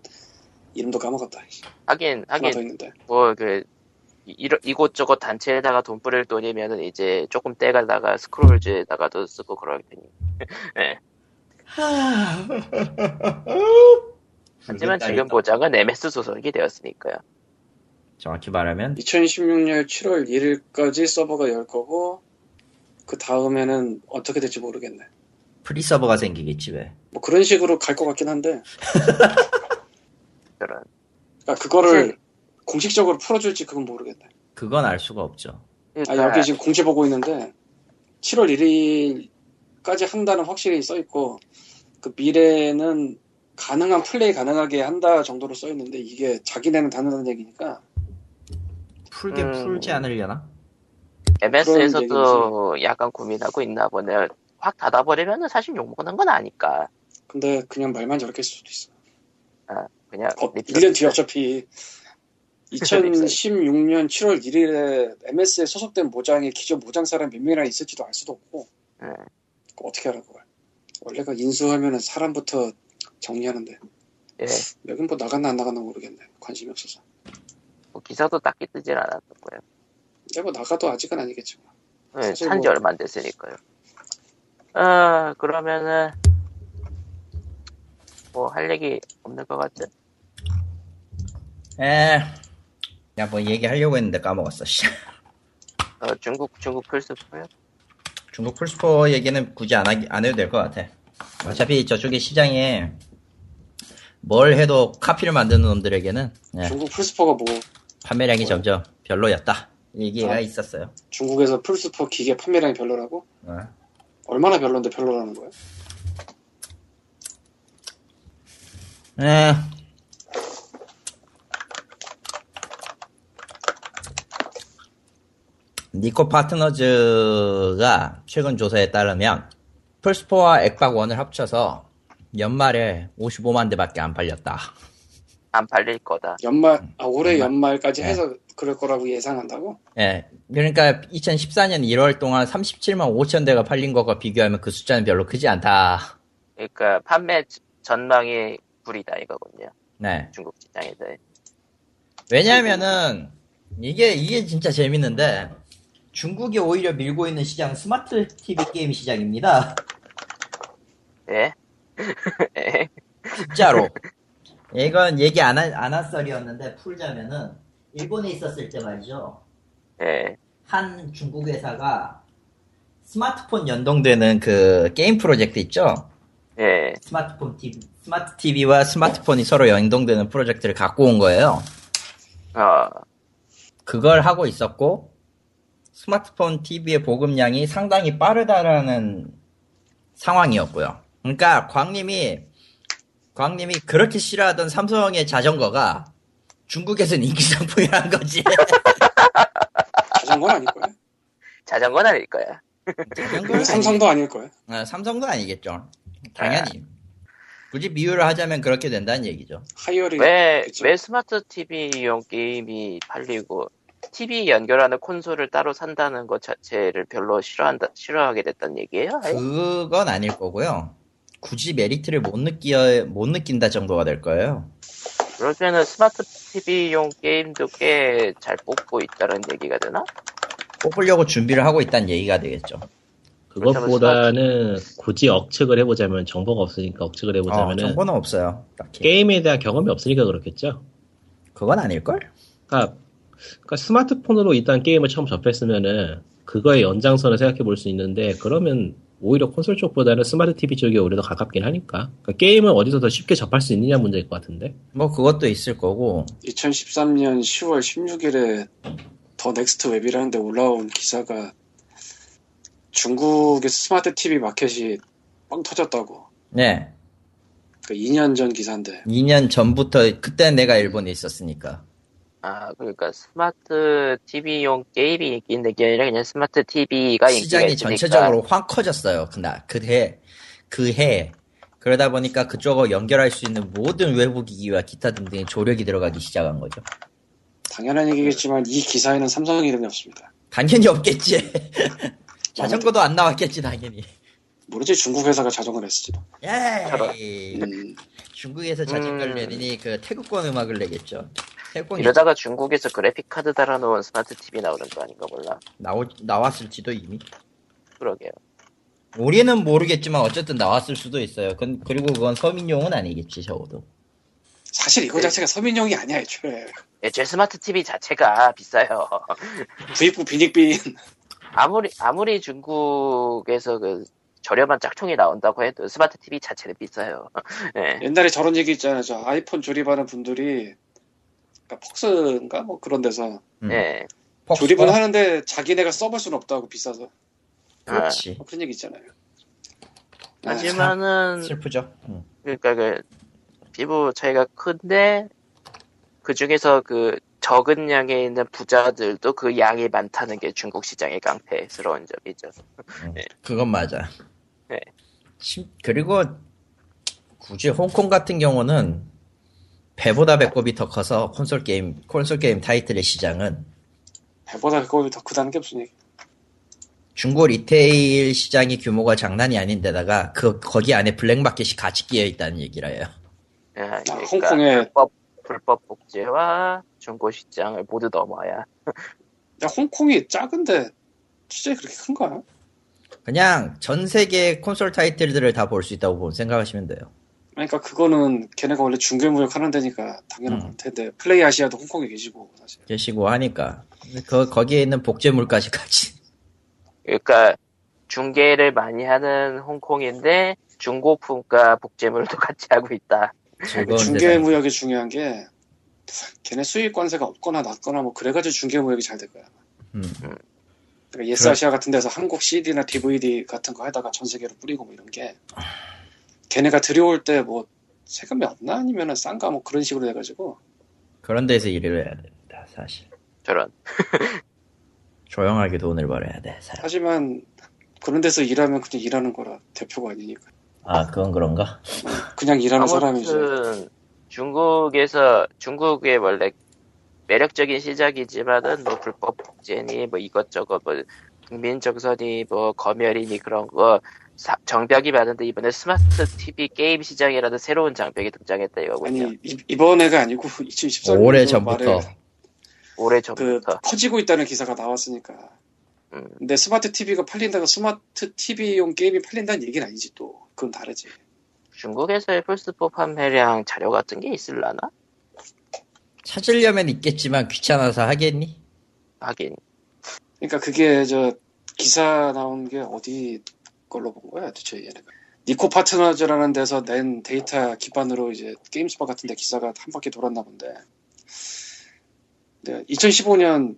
Speaker 4: 이름도 까먹었다.
Speaker 2: 하긴
Speaker 4: 하나 더
Speaker 2: 하긴
Speaker 4: 있는데.
Speaker 2: 뭐 그 이곳저곳 단체에다가 돈 뿌릴 돈이면은 이제 조금 떼가다가 스크롤즈에다가도 쓰고 그럴 테니. 하지만 지금 뭐 모장은 MS 소속이 되었으니까요.
Speaker 1: 정확히 말하면
Speaker 4: 2016년 7월 1일까지 서버가 열 거고 그 다음에는 어떻게 될지 모르겠네.
Speaker 1: 프리 서버가 생기겠지 왜?
Speaker 4: 뭐 그런 식으로 갈 것 같긴 한데
Speaker 2: 저런
Speaker 4: 그거를 공식적으로 풀어줄지 그건 모르겠네.
Speaker 1: 그건 알 수가 없죠.
Speaker 4: 아
Speaker 2: 그러니까
Speaker 4: 여기 지금 공지 보고 있는데 7월 1일까지 한다는 확실히 써 있고 그 미래는 가능한 플레이 가능하게 한다 정도로 써 있는데 이게 자기네는 다는다는 얘기니까
Speaker 1: 풀게
Speaker 2: 음.
Speaker 1: 풀지 않으려나?
Speaker 2: MS에서도 약간 고민하고 있나 보네요. 확 닫아버리면은 사실 욕먹는 건 아니까.
Speaker 4: 근데 그냥 말만 저렇게 쓸 수도 있어.
Speaker 2: 네, 그냥
Speaker 4: 어,
Speaker 2: 리필-
Speaker 4: 1년 뒤에 어차피
Speaker 2: 그렇죠, 네,
Speaker 4: 2016년 7월 1일에 MS에 소속된 모장에 기존 모장 사람 몇 명이나 있을지도 알 수도 없고
Speaker 2: 네.
Speaker 4: 그거 어떻게 알아 그걸 원래가 인수하면은 사람부터 정리하는데
Speaker 2: 예,
Speaker 4: 여긴 뭐 나갔나 안 나갔나 모르겠네 관심이 없어서
Speaker 2: 뭐 기사도 딱히 뜨질 않았고요.
Speaker 4: 근데 뭐 나가도 아직은 아니겠지 뭐.
Speaker 2: 네,
Speaker 4: 사실
Speaker 2: 산지
Speaker 4: 뭐-
Speaker 2: 얼마 안 됐으니까요. 아 그러면은 뭐 할 얘기 없는 것 같죠?
Speaker 1: 에. 야, 뭐 얘기하려고 했는데 까먹었어. 씨.
Speaker 2: 어, 중국 중국 플스고요.
Speaker 1: 중국 풀스포 얘기는 굳이 안, 하기, 안 해도 될 것 같아. 어차피 저쪽의 시장에 뭘 해도 카피를 만드는 놈들에게는 예,
Speaker 4: 중국 풀스퍼가 뭐
Speaker 1: 판매량이 점점 별로였다. 얘기가
Speaker 4: 아.
Speaker 1: 있었어요.
Speaker 4: 중국에서 풀스퍼 기계 판매량이 별로라고?
Speaker 1: 어.
Speaker 4: 얼마나 별론데 별로라는 거야?
Speaker 1: 에. 니코 파트너즈가 최근 조사에 따르면 플스포와 액박원을 합쳐서 연말에 55만 대밖에 안 팔렸다.
Speaker 2: 안 팔릴 거다.
Speaker 4: 연말 아 올해 연말까지
Speaker 1: 네.
Speaker 4: 해서 그럴 거라고 예상한다고?
Speaker 1: 예. 그러니까 2014년 1월 동안 37만 5천 대가 팔린 것과 비교하면 그 숫자는 별로 크지 않다.
Speaker 2: 그러니까 판매 전망이 불이다 이거군요.
Speaker 1: 네.
Speaker 2: 중국 시장에 대해.
Speaker 1: 왜냐면은 이게 이게 진짜 재밌는데 중국이 오히려 밀고 있는 시장은 스마트 TV 게임 시장입니다.
Speaker 2: 예. 예.
Speaker 1: 진짜로. 이건 얘기 안, 하- 안 핫설이었는데 풀자면은 일본에 있었을 때 말이죠.
Speaker 2: 예.
Speaker 1: 한 중국 회사가 스마트폰 연동되는 그 게임 프로젝트 있죠?
Speaker 2: 예.
Speaker 1: 스마트폰 TV, 스마트 TV와 스마트폰이 서로 연동되는 프로젝트를 갖고 온 거예요.
Speaker 2: 어.
Speaker 1: 그걸 하고 있었고, 스마트폰 TV의 보급량이 상당히 빠르다라는 상황이었고요. 그러니까 광님이, 광님이 그렇게 싫어하던 삼성의 자전거가 중국에서는 인기 상품이란 거지.
Speaker 4: 자전거는 아닐 거야.
Speaker 2: 자전거는 아닐 거야.
Speaker 1: 자전거는
Speaker 4: 그리고 삼성도 아닐 거야.
Speaker 1: 아, 삼성도 아니겠죠. 당연히. 굳이 비유를 하자면 그렇게 된다는 얘기죠.
Speaker 4: 하이어리
Speaker 1: 그러니까,
Speaker 2: 왜,
Speaker 4: 그쵸.
Speaker 2: 왜 스마트 TV용 게임이 팔리고, TV 연결하는 콘솔을 따로 산다는 것 자체를 별로 싫어한다, 싫어하게 됐단 얘기예요? 아예?
Speaker 1: 그건 아닐 거고요. 굳이 메리트를 못 느끼어 못 느낀다 정도가 될 거예요.
Speaker 2: 그럴 때는 스마트 TV용 게임도 꽤 잘 뽑고 있다는 얘기가 되나?
Speaker 1: 뽑으려고 준비를 하고 있다는 얘기가 되겠죠.
Speaker 3: 그것보다는 굳이 억측을 해보자면 정보가 없으니까 억측을
Speaker 1: 어,
Speaker 3: 해보자면은
Speaker 1: 정보는 없어요. 딱히.
Speaker 3: 게임에 대한 경험이 없으니까 그렇겠죠.
Speaker 1: 그건 아닐걸?
Speaker 3: 그러니까, 그러니까 스마트폰으로 일단 게임을 처음 접했으면은 그거의 연장선을 생각해 볼 수 있는데 그러면 오히려 콘솔 쪽보다는 스마트 TV 쪽이 오히려 더 가깝긴 하니까 그러니까 게임을 어디서 더 쉽게 접할 수 있느냐 문제일 것 같은데
Speaker 1: 뭐 그것도 있을 거고
Speaker 4: 2013년 10월 16일에 더 넥스트 웹이라는데 올라온 기사가 중국에서 스마트 TV 마켓이 빵 터졌다고.
Speaker 1: 네
Speaker 4: 그 2년 전 기사인데
Speaker 1: 2년 전부터 그때 내가 일본에 있었으니까
Speaker 2: 아, 그러니까 스마트 TV용 게임이 인기인 게 아니라 그냥 스마트 TV가 아, 인기가
Speaker 1: 시장이
Speaker 2: 있으니까
Speaker 1: 전체적으로 확 커졌어요 그날 그해 그해 그러다 보니까 그쪽하고 연결할 수 있는 모든 외부 기기와 기타 등등의 조력이 들어가기 시작한 거죠
Speaker 4: 당연한 얘기겠지만 이 기사에는 삼성 이름이 없습니다.
Speaker 1: 당연히 없겠지 자전거도 안 나왔겠지 당연히
Speaker 4: 모르지 중국 회사가 자정을 했을지도.
Speaker 1: 예
Speaker 4: 음,
Speaker 1: 중국에서 자전거를
Speaker 2: 음.
Speaker 1: 내리니 그 태국권 음악을 내겠죠. 태국권 이러다
Speaker 2: 이러다가 중국에서 그래픽 카드 달아놓은 스마트 TV 나오는 거 아닌가 몰라.
Speaker 1: 나오, 나왔을지도 이미
Speaker 2: 그러게요.
Speaker 1: 우리는 모르겠지만 어쨌든 나왔을 수도 있어요. 그, 그리고 그건 서민용은 아니겠지 적어도.
Speaker 4: 사실 이거 자체가 서민용이 아니야 애초에.
Speaker 2: 애초에 예, 스마트 TV 자체가 비싸요.
Speaker 4: 구입부 빈익빈
Speaker 2: 아무리 아무리 중국에서 그 저렴한 짝퉁이 나온다고 해도 스마트 TV 자체는 비싸요. 예.
Speaker 4: 옛날에 저런 얘기 있잖아요. 저 아이폰 조립하는 분들이 그러니까 폭스인가 뭐 그런 데서
Speaker 1: 음.
Speaker 2: 예.
Speaker 1: 폭스-
Speaker 4: 조립은
Speaker 1: 어,
Speaker 4: 하는데 자기네가 써볼 수는 없다고 비싸서
Speaker 1: 그렇지.
Speaker 4: 뭐 그런 얘기 있잖아요. 아,
Speaker 2: 하지만은
Speaker 1: 슬프죠. 음.
Speaker 2: 그러니까 그 피부 차이가 큰데 그 중에서 그 적은 양에 있는 부자들도 그 양이 많다는 게 중국 시장의 깡패스러운 점이죠.
Speaker 1: 그건 맞아.
Speaker 2: 네.
Speaker 1: 심- 그리고 굳이 홍콩 같은 경우는 배보다 배꼽이 더 커서 콘솔 게임 콘솔 게임 타이틀의 시장은
Speaker 4: 배보다 그거보다 더 크다는 게 무슨 얘기?
Speaker 1: 중고 리테일 시장의 규모가 장난이 아닌데다가 그 거기 안에 블랙마켓이 같이 끼어 있다는 얘기라 해요.
Speaker 2: 예, 그러니까
Speaker 4: 홍콩에-
Speaker 2: 불법, 불법 복제와 중고 시장을 모두 넘어야
Speaker 4: 야, 홍콩이 작은데 진짜 그렇게 큰가요?
Speaker 1: 그냥 전 세계 콘솔 타이틀들을 다 볼 수 있다고 보면 생각하시면 돼요.
Speaker 4: 그러니까 그거는 걔네가 원래 중개무역 하는 데니까 당연한
Speaker 1: 음.
Speaker 4: 걸 텐데 플레이 아시아도 홍콩에 계시고 사실
Speaker 1: 계시고 하니까 그 거기에 있는 복제물까지 같이
Speaker 2: 그러니까 중개를 많이 하는 홍콩인데 중고품과 복제물도 같이 하고 있다.
Speaker 1: 즐거운 세상.
Speaker 4: 아, 중개무역이 중요한 게 걔네 수입 관세가 없거나 낮거나 뭐 그래가지고 중개무역이 잘 될 거야.
Speaker 1: 음.
Speaker 4: 그러니까 예스
Speaker 1: 그래.
Speaker 4: 아시아 같은 데서 한국 CD나 DVD 같은 거 해다가 전 세계로 뿌리고 뭐 이런 게 걔네가 들여올 때 뭐 세금이 없나 아니면은 싼가 뭐 그런 식으로 해가지고
Speaker 1: 그런 데서 일을 해야 됩니다. 사실
Speaker 2: 저런.
Speaker 1: 조용하게 돈을 벌어야 돼. 사람.
Speaker 4: 하지만 그런 데서 일하면 그냥 일하는 거라 대표가 아니니까
Speaker 1: 아 그건 그런가?
Speaker 4: 그냥 일하는 사람이지
Speaker 2: 아무튼 중국에서 중국의 원래 매력적인 시작이지만은 뭐 불법 복제니 뭐 이것저것 뭐 국민 정선이 뭐 검열이니 그런 거 사- 정벽이 많은데 이번에 스마트 TV 게임 시장이라는 새로운 장벽이 등장했다 이거군요.
Speaker 4: 아니 이- 이번 해가 아니고 2013년
Speaker 1: 오래 전부터
Speaker 4: 말에
Speaker 2: 오래
Speaker 4: 그
Speaker 2: 전부터.
Speaker 4: 커지고 있다는 기사가 나왔으니까
Speaker 2: 음.
Speaker 4: 근데 스마트 TV가 팔린다고 스마트 TV용 게임이 팔린다는 얘기는 아니지 또 그건 다르지
Speaker 2: 중국에서의 플스4 판매량 자료 같은 게 있을라나?
Speaker 1: 찾으려면 있겠지만 귀찮아서 하겠니?
Speaker 2: 하긴
Speaker 4: 그러니까 그게 저 기사 나온 게 어디 걸로 본 거야 대체 얘네가 니코 파트너즈라는 데서 낸 데이터 기반으로 이제 게임스파 같은 데 기사가 한 바퀴 돌았나 본데 2015년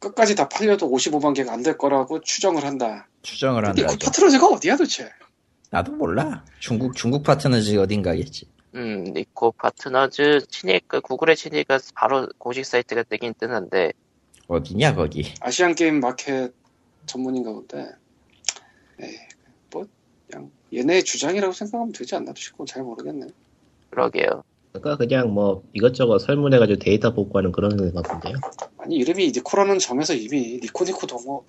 Speaker 4: 끝까지 다 팔려도 55만 개가 안 될 거라고 추정을 한다
Speaker 1: 추정을 한다.
Speaker 4: 니코 파트너즈가 어디야 도대체
Speaker 1: 나도 몰라. 중국 중국 파트너지 어딘가겠지.
Speaker 2: 음, 니코 파트너즈 친일 그 구글의 친일가 바로 공식 사이트가 뜨긴 뜨는데
Speaker 1: 어디냐 거기.
Speaker 4: 아시안 게임 마켓 전문인가 본데 에이 뭐 그냥 얘네의 주장이라고 생각하면 되지 않나 싶고 잘 모르겠네
Speaker 2: 그러게요.
Speaker 3: 그러니까 그냥 뭐 이것저것 설문해가지고 데이터 복구하는 그런 것 같은데요
Speaker 4: 아니 이름이 니코라는 점에서 이미 니코니코 동호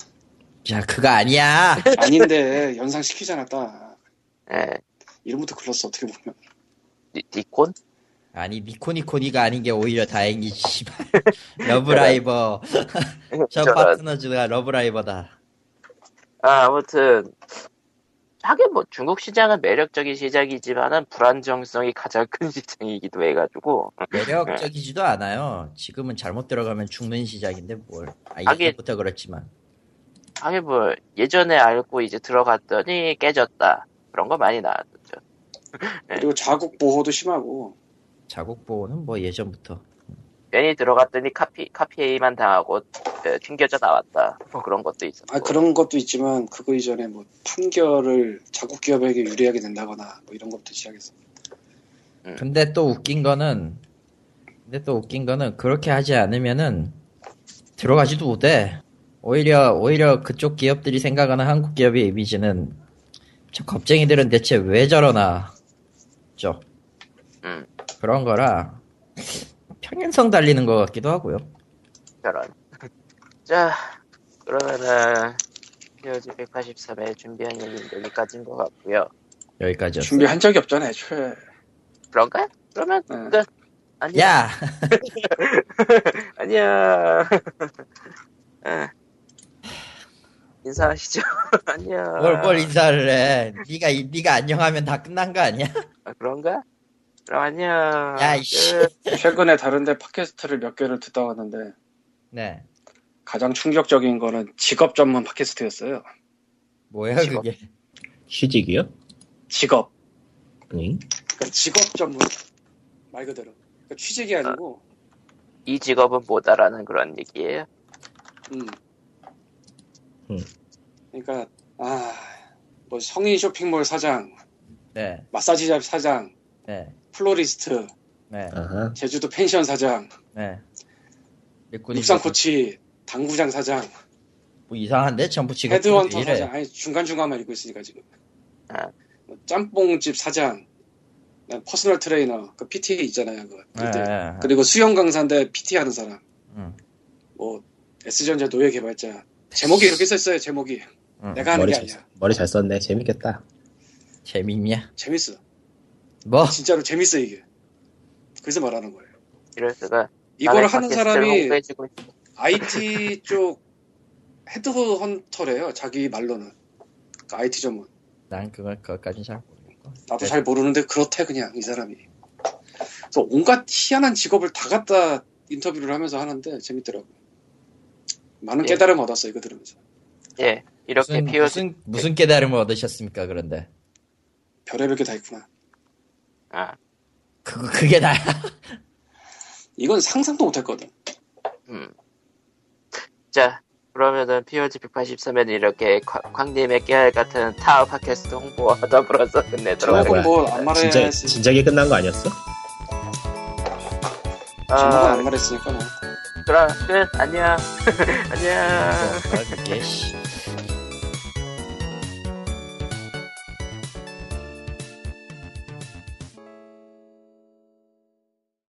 Speaker 1: 야 그거 아니야.
Speaker 4: 아닌데 연상시키잖아 딱
Speaker 2: 예,
Speaker 4: 이름부터 글렀어 어떻게 보면
Speaker 2: 니, 니콘?
Speaker 1: 아니 니코니코니가 아닌 게 오히려 다행이지 씨발. 러브라이버 저
Speaker 2: 저런.
Speaker 1: 파트너즈가 러브라이버다
Speaker 2: 아, 아무튼 하긴 뭐 중국 시장은 매력적인 시장이지만은 불안정성이 가장 큰 시장이기도 해가지고
Speaker 1: 매력적이지도 않아요. 지금은 잘못 들어가면 죽는 시작인데 뭘. 아,
Speaker 2: 하긴-
Speaker 1: 이전부터 그렇지만.
Speaker 2: 하긴 뭐 예전에 알고 이제 들어갔더니 깨졌다 그런 거 많이 나왔죠.
Speaker 4: 그리고 자국 보호도 심하고
Speaker 1: 자국보호는 뭐 예전부터.
Speaker 2: 괜히 들어갔더니 카피 카피에만 당하고 에, 튕겨져 나왔다 뭐 그런 것도 있었고
Speaker 4: 아 그런 것도 있지만 그거 이전에 뭐 판결을 자국 기업에게 유리하게 된다거나 뭐 이런 것도 시작했어.
Speaker 1: 근데 또 웃긴 거는, 근데 또 웃긴 거는 그렇게 하지 않으면은 들어가지도 못해. 오히려, 오히려 그쪽 기업들이 생각하는 한국 기업의 이미지는 저 겁쟁이들은 대체 왜 저러나. 죠
Speaker 2: 음.
Speaker 1: 그런 거라 평행성 달리는 것 같기도 하고요.
Speaker 2: 저런 자 그러면은 POG 183에 준비한 얘기는 여기까지인 것 같고요.
Speaker 1: 여기까지였어.
Speaker 4: 준비한 적이 없잖아 애초에.
Speaker 2: 그런가? 그러면
Speaker 4: 네.
Speaker 2: 끝. 안녕.
Speaker 1: 야!
Speaker 2: 안녕. 예. 인사하시죠. 안녕.
Speaker 1: 뭘,
Speaker 4: 아.
Speaker 1: 뭘 인사를 해. 니가, 이- 니가 안녕하면 다 끝난 거 아니야?
Speaker 2: 아, 그런가? 그럼 안녕.
Speaker 1: 야, 이씨.
Speaker 2: 끝.
Speaker 4: 최근에 다른데 팟캐스트를 몇 개를 듣다 왔는데
Speaker 1: 네.
Speaker 4: 가장 충격적인 거는 직업 전문 팟캐스트였어요.
Speaker 1: 뭐야,
Speaker 2: 직업.
Speaker 1: 그게.
Speaker 3: 취직이요?
Speaker 4: 직업.
Speaker 3: 응?
Speaker 4: 그러니까 직업 전문. 말 그대로. 그러니까 취직이 아니고
Speaker 2: 이 직업은 뭐다라는 그런 얘기예요.
Speaker 4: 음.
Speaker 3: 음.
Speaker 4: 그러니까 아뭐 성인 쇼핑몰 사장,
Speaker 1: 네,
Speaker 4: 마사지샵 사장,
Speaker 1: 네,
Speaker 4: 플로리스트,
Speaker 1: 네,
Speaker 3: 아하.
Speaker 4: 제주도 펜션 사장,
Speaker 1: 네. 일꾼이
Speaker 4: 육상
Speaker 1: 뭐-
Speaker 4: 코치, 당구장 사장,
Speaker 1: 뭐 이상한데? 전부 지금.
Speaker 4: 헤드헌터
Speaker 1: 이래.
Speaker 4: 사장. 아니 중간 중간만 읽고 있으니까 지금.
Speaker 2: 아.
Speaker 4: 뭐 짬뽕집 사장, 그다음에 퍼스널 트레이너, 그 PT 있잖아요 그.
Speaker 1: 네,
Speaker 4: 그때.
Speaker 1: 네, 네.
Speaker 4: 그리고 수영 강사인데 PT 하는 사람.
Speaker 1: 음.
Speaker 4: 뭐 S전자 노예 개발자. 제목이 이렇게 썼어요 제목이.
Speaker 1: 음.
Speaker 4: 내가 하는
Speaker 3: 머리
Speaker 4: 게
Speaker 3: 잘,
Speaker 4: 아니야.
Speaker 3: 머리 잘 썼네. 재밌겠다.
Speaker 1: 재밌냐?
Speaker 4: 재밌어.
Speaker 1: 뭐?
Speaker 4: 진짜로 재밌어 이게. 그래서 말하는 거예요.
Speaker 2: 이럴 수가.
Speaker 4: 이걸
Speaker 2: 나는
Speaker 4: 하는
Speaker 2: 팟캐스트를
Speaker 4: 사람이
Speaker 2: 홍보해주고 있-
Speaker 4: IT 쪽 헤드헌터래요. 자기 말로는. 그러니까 IT 전문.
Speaker 1: 난 그걸, 그것까진 잘 모르겠고.
Speaker 3: 네.
Speaker 4: 나도 잘 모르는데 그렇대 그냥 이 사람이. 그래서 온갖 희한한 직업을 다 갖다 인터뷰를 하면서 하는데 재밌더라고. 많은
Speaker 2: 예.
Speaker 4: 깨달음 얻었어 이거 들으면서.
Speaker 2: 예. 이렇게 네.
Speaker 1: 무슨,
Speaker 2: POG
Speaker 1: 무슨, 무슨 깨달음을 얻으셨습니까, 그런데?
Speaker 4: 별의별 게 다 있구나.
Speaker 2: 아,
Speaker 1: 그, 그게 나야.
Speaker 4: 이건 상상도 못했거든.
Speaker 3: 아,
Speaker 2: 음. 자, 그러면은 POG 183에는 이렇게 광- 광님의 깨알 같은 타워 팟캐스트 홍보와 더불어서
Speaker 3: 뭐야,
Speaker 2: 끝내도록
Speaker 3: 뭐야.
Speaker 4: 뭐안 말해.
Speaker 3: 진짜, 진작에 끝난 거 아니었어?
Speaker 4: 제목은
Speaker 2: 아,
Speaker 4: 안 말했으니까 뭐.
Speaker 2: 그럼 끝 안녕 안녕
Speaker 1: 뭐, 그게, 씨.